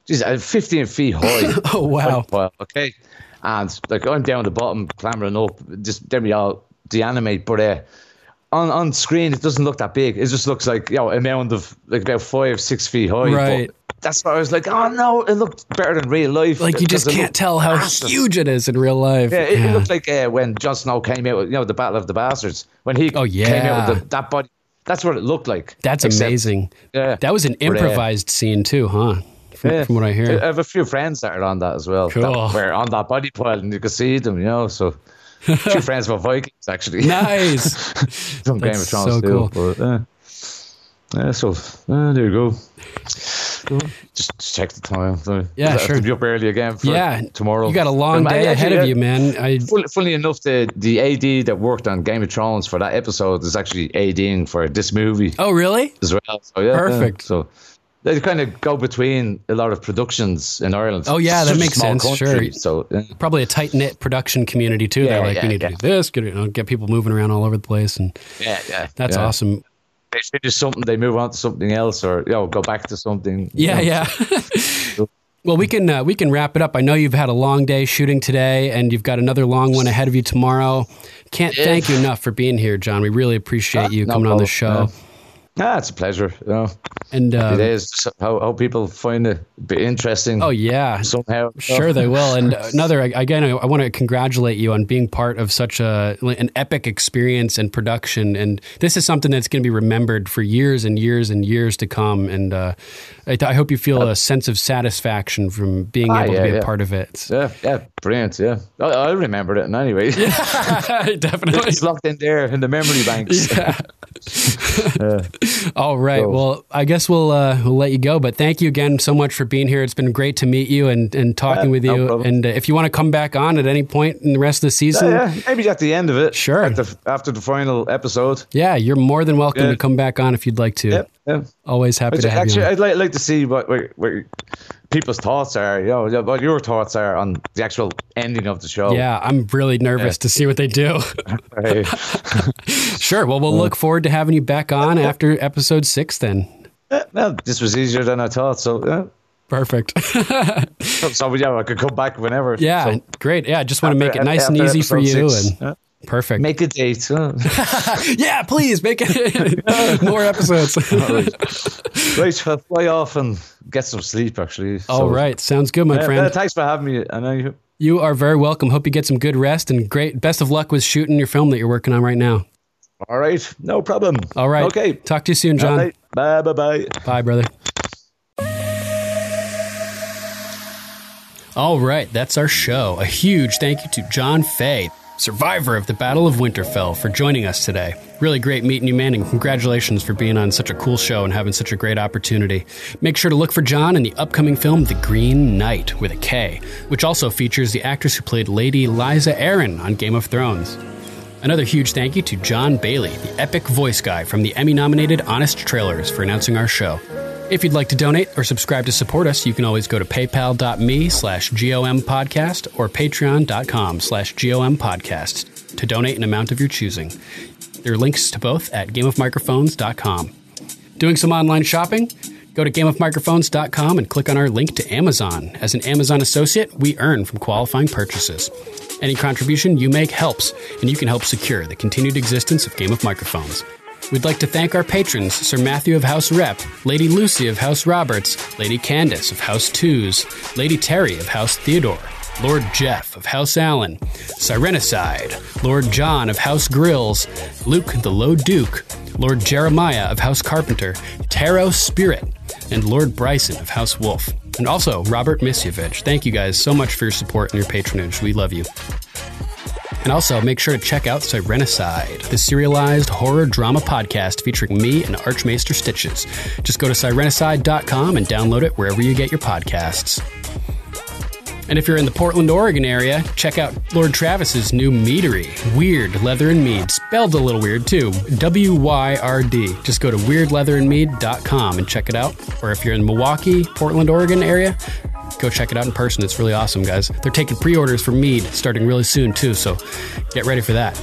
Speaker 5: geez, uh, fifteen feet high.
Speaker 4: oh wow!
Speaker 5: Well, okay. And like I'm down the bottom, clambering up, just then we all deanimate. But uh, on on screen, it doesn't look that big. It just looks like you know a mound of like about five, six feet high.
Speaker 4: Right.
Speaker 5: But that's why I was like, oh no, it looked better than real life.
Speaker 4: Like you just
Speaker 5: because it
Speaker 4: can't
Speaker 5: looked
Speaker 4: tell how
Speaker 5: massive.
Speaker 4: huge it is in real life.
Speaker 5: Yeah, it, it
Speaker 4: Yeah.
Speaker 5: looked like uh, when Jon Snow came out, with, you know, the Battle of the Bastards. When he
Speaker 4: Oh,
Speaker 5: came
Speaker 4: yeah.
Speaker 5: out with the, that body, that's what it looked like.
Speaker 4: That's
Speaker 5: Except-
Speaker 4: amazing.
Speaker 5: Yeah.
Speaker 4: That was an
Speaker 5: But, uh,
Speaker 4: improvised scene too, huh? From,
Speaker 5: Yeah.
Speaker 4: from what I hear.
Speaker 5: I have a few friends that are on that as well.
Speaker 4: Cool.
Speaker 5: That were on that body pile and you can see them, you know. So, a few friends were Vikings actually.
Speaker 4: nice.
Speaker 5: From Game
Speaker 4: that's
Speaker 5: of Thrones
Speaker 4: so
Speaker 5: too. But, uh, yeah, so uh, there you go. Just just check the time. So,
Speaker 4: Yeah,
Speaker 5: I have
Speaker 4: sure.
Speaker 5: To be up early again for
Speaker 4: yeah.
Speaker 5: tomorrow.
Speaker 4: You got a long
Speaker 5: And I-
Speaker 4: day ahead
Speaker 5: actually,
Speaker 4: of
Speaker 5: uh,
Speaker 4: you, man. I
Speaker 5: Full, funnily enough, the, the AD that worked on Game of Thrones for that episode is actually ADing for this movie
Speaker 4: Oh, really?
Speaker 5: as well. So yeah, yeah.
Speaker 4: Perfect.
Speaker 5: So they kind of go between a lot of productions in Ireland.
Speaker 4: Oh, yeah,
Speaker 5: It's
Speaker 4: that
Speaker 5: such a
Speaker 4: makes
Speaker 5: small
Speaker 4: sense,
Speaker 5: country,
Speaker 4: sure.
Speaker 5: So yeah.
Speaker 4: Probably a tight knit production community too. They're
Speaker 5: Yeah,
Speaker 4: like,
Speaker 5: yeah,
Speaker 4: we need
Speaker 5: yeah.
Speaker 4: to do this, get it, you know, get people moving around all over the place, and
Speaker 5: yeah, yeah,
Speaker 4: that's
Speaker 5: yeah.
Speaker 4: awesome.
Speaker 5: They finish something, they move on to something else, or you know, go back to something.
Speaker 4: Yeah, yeah. Well, we can uh, we can wrap it up. I know you've had a long day shooting today, and you've got another long one ahead of you tomorrow. Can't thank you enough for being here, John. We really appreciate you
Speaker 5: Ah, no
Speaker 4: coming on the
Speaker 5: problem.
Speaker 4: show.
Speaker 5: Ah, it's a pleasure. You know,
Speaker 4: And
Speaker 5: it
Speaker 4: uh,
Speaker 5: is. So How, how people find it be interesting.
Speaker 4: oh yeah,
Speaker 5: somehow.
Speaker 4: Sure, they will. And uh, another again, I, I want to congratulate you on being part of such a an epic experience and production. And this is something that's going to be remembered for years and years and years to come. And uh, I, I hope you feel a sense of satisfaction from being
Speaker 5: Ah,
Speaker 4: able to
Speaker 5: yeah,
Speaker 4: be a
Speaker 5: yeah.
Speaker 4: part of it.
Speaker 5: Yeah, yeah, brilliant. Yeah, I, I remembered it. And anyway,
Speaker 4: Definitely.
Speaker 5: it's locked in there in the memory banks.
Speaker 4: All right. Well, I guess we'll uh, we'll let you go. But thank you again so much for being here. It's been great to meet you and, and talking
Speaker 5: Yeah,
Speaker 4: with
Speaker 5: no
Speaker 4: you.
Speaker 5: problem.
Speaker 4: and uh, if you want to come back on at any point in the rest of the season,
Speaker 5: yeah, maybe at the end of it.
Speaker 4: Sure.
Speaker 5: At the, after the final episode.
Speaker 4: Yeah, you're more than welcome
Speaker 5: Yeah.
Speaker 4: to come back on if you'd like to.
Speaker 5: Yep. Yeah.
Speaker 4: Always happy
Speaker 5: I'd-
Speaker 4: to have
Speaker 5: actually,
Speaker 4: you. on.
Speaker 5: I'd like, like to see what, what, what people's thoughts are. You know, what your thoughts are on the actual ending of the show.
Speaker 4: yeah, I'm really nervous to see what they do.
Speaker 5: Hey,
Speaker 4: sure. Well, we'll look forward to having you back on after episode six then.
Speaker 5: eh, well, this was easier than I thought. So, yeah.
Speaker 4: Perfect.
Speaker 5: so, so, yeah, I could come back whenever.
Speaker 4: yeah,
Speaker 5: So,
Speaker 4: great. Yeah, I just want to make it
Speaker 5: after-
Speaker 4: nice and
Speaker 5: after
Speaker 4: easy for
Speaker 5: episode
Speaker 4: you.
Speaker 5: six,
Speaker 4: and
Speaker 5: yeah.
Speaker 4: Perfect.
Speaker 5: make a date. huh?
Speaker 4: yeah, please make it more episodes.
Speaker 5: right, I'll fly off and get some sleep. Actually.
Speaker 4: All
Speaker 5: So,
Speaker 4: right. Sounds good, my
Speaker 5: yeah,
Speaker 4: friend.
Speaker 5: yeah, thanks for having me. And I,
Speaker 4: you are very welcome. Hope you get some good rest and great best of luck with shooting your film that you're working on right now.
Speaker 5: all right, no problem.
Speaker 4: All right.
Speaker 5: Okay.
Speaker 4: Talk to you soon, John.
Speaker 5: All right. Bye. Bye. Bye.
Speaker 4: Bye, brother. All right, that's our show. A huge thank you to John Fay, survivor of the Battle of Winterfell, for joining us today. Really great meeting you, man, and congratulations for being on such a cool show and having such a great opportunity. Make sure to look for John in the upcoming film The Green Knight with a K, which also features the actress who played Lady Liza Aaron on Game of Thrones. Another huge thank you to John Bailey, the epic voice guy from the Emmy nominated Honest Trailers, for announcing our show. If you'd like to donate or subscribe to support us, you can always go to paypal.me slash gompodcast or patreon.com slash gompodcast to donate an amount of your choosing. There are links to both at gameofmicrophones.com. Doing some online shopping? Go to gameofmicrophones.com and click on our link to Amazon. As an Amazon associate, we earn from qualifying purchases. Any contribution you make helps, and you can help secure the continued existence of Game of Microphones. We'd like to thank our patrons Sir Matthew of House Rep, Lady Lucy of House Roberts, Lady Candace of House Twos, Lady Terry of House Theodore, Lord Jeff of House Allen, Sirenicide, Lord John of House Grills, Luke the Low Duke, Lord Jeremiah of House Carpenter, Taro Spirit, and Lord Bryson of House Wolf. And also Robert Misievich. Thank you guys so much for your support and your patronage. We love you. And also, make sure to check out Sirenicide, the serialized horror drama podcast featuring me and Archmaester Stitches. Just go to sirenicide.com and download it wherever you get your podcasts. And if you're in the Portland, Oregon area, check out Lord Travis's new meadery, Weird Leather and Mead, spelled a little weird too, W Y R D. Just go to weirdleatherandmead.com and check it out. Or if you're in Milwaukee, Portland, Oregon area, go check it out in person. It's really awesome, guys. They're taking pre orders for mead starting really soon too, so get ready for that.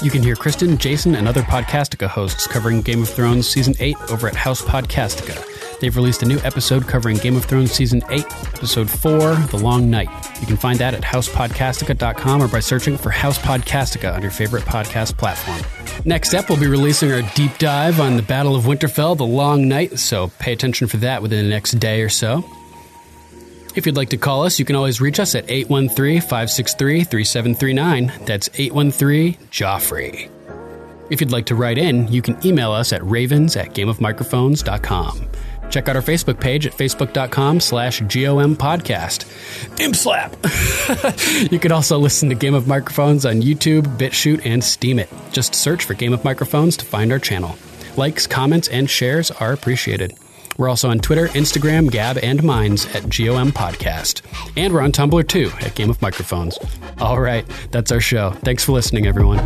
Speaker 4: You can hear Kristen, Jason, and other Podcastica hosts covering Game of Thrones Season 8 over at House Podcastica. They've released a new episode covering Game of Thrones Season 8, Episode 4, The Long Night. You can find that at housepodcastica.com or by searching for House Podcastica on your favorite podcast platform. Next up, we'll be releasing our deep dive on the Battle of Winterfell, The Long Night, so pay attention for that within the next day or so. If you'd like to call us, you can always reach us at 813 563 3739. That's 813 Joffrey. If you'd like to write in, you can email us at ravens at gameofmicrophones.com. Check out our Facebook page at facebook.com slash gompodcast. Imp slap! you can also listen to Game of Microphones on YouTube, BitChute, and Steam It. Just search for Game of Microphones to find our channel. Likes, comments, and shares are appreciated. We're also on Twitter, Instagram, Gab, and Minds at GOM Podcast. And we're on Tumblr too at Game of Microphones. All right, that's our show. Thanks for listening, everyone.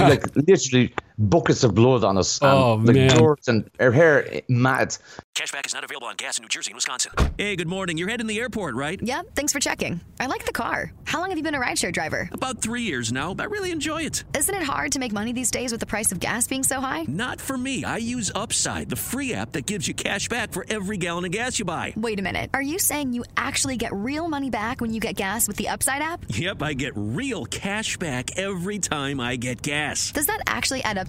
Speaker 5: like literally buckets of blood on us.
Speaker 4: Oh,
Speaker 5: and, like,
Speaker 4: man.
Speaker 5: Doors and her hair mad.
Speaker 2: Cashback is not available on gas in New Jersey and Wisconsin.
Speaker 6: Hey, good morning. You're heading to the airport, right?
Speaker 7: Yep, thanks for checking. I like the car. How long have you been a rideshare driver?
Speaker 6: About three years now. I really enjoy it.
Speaker 7: Isn't it hard to make money these days with the price of gas being so high?
Speaker 6: Not for me. I use Upside, the free app that gives you cash back for every gallon of gas you buy.
Speaker 7: Wait a minute. Are you saying you actually get real money back when you get gas with the Upside app?
Speaker 6: Yep, I get real cash back every time I get gas.
Speaker 7: Does that actually add up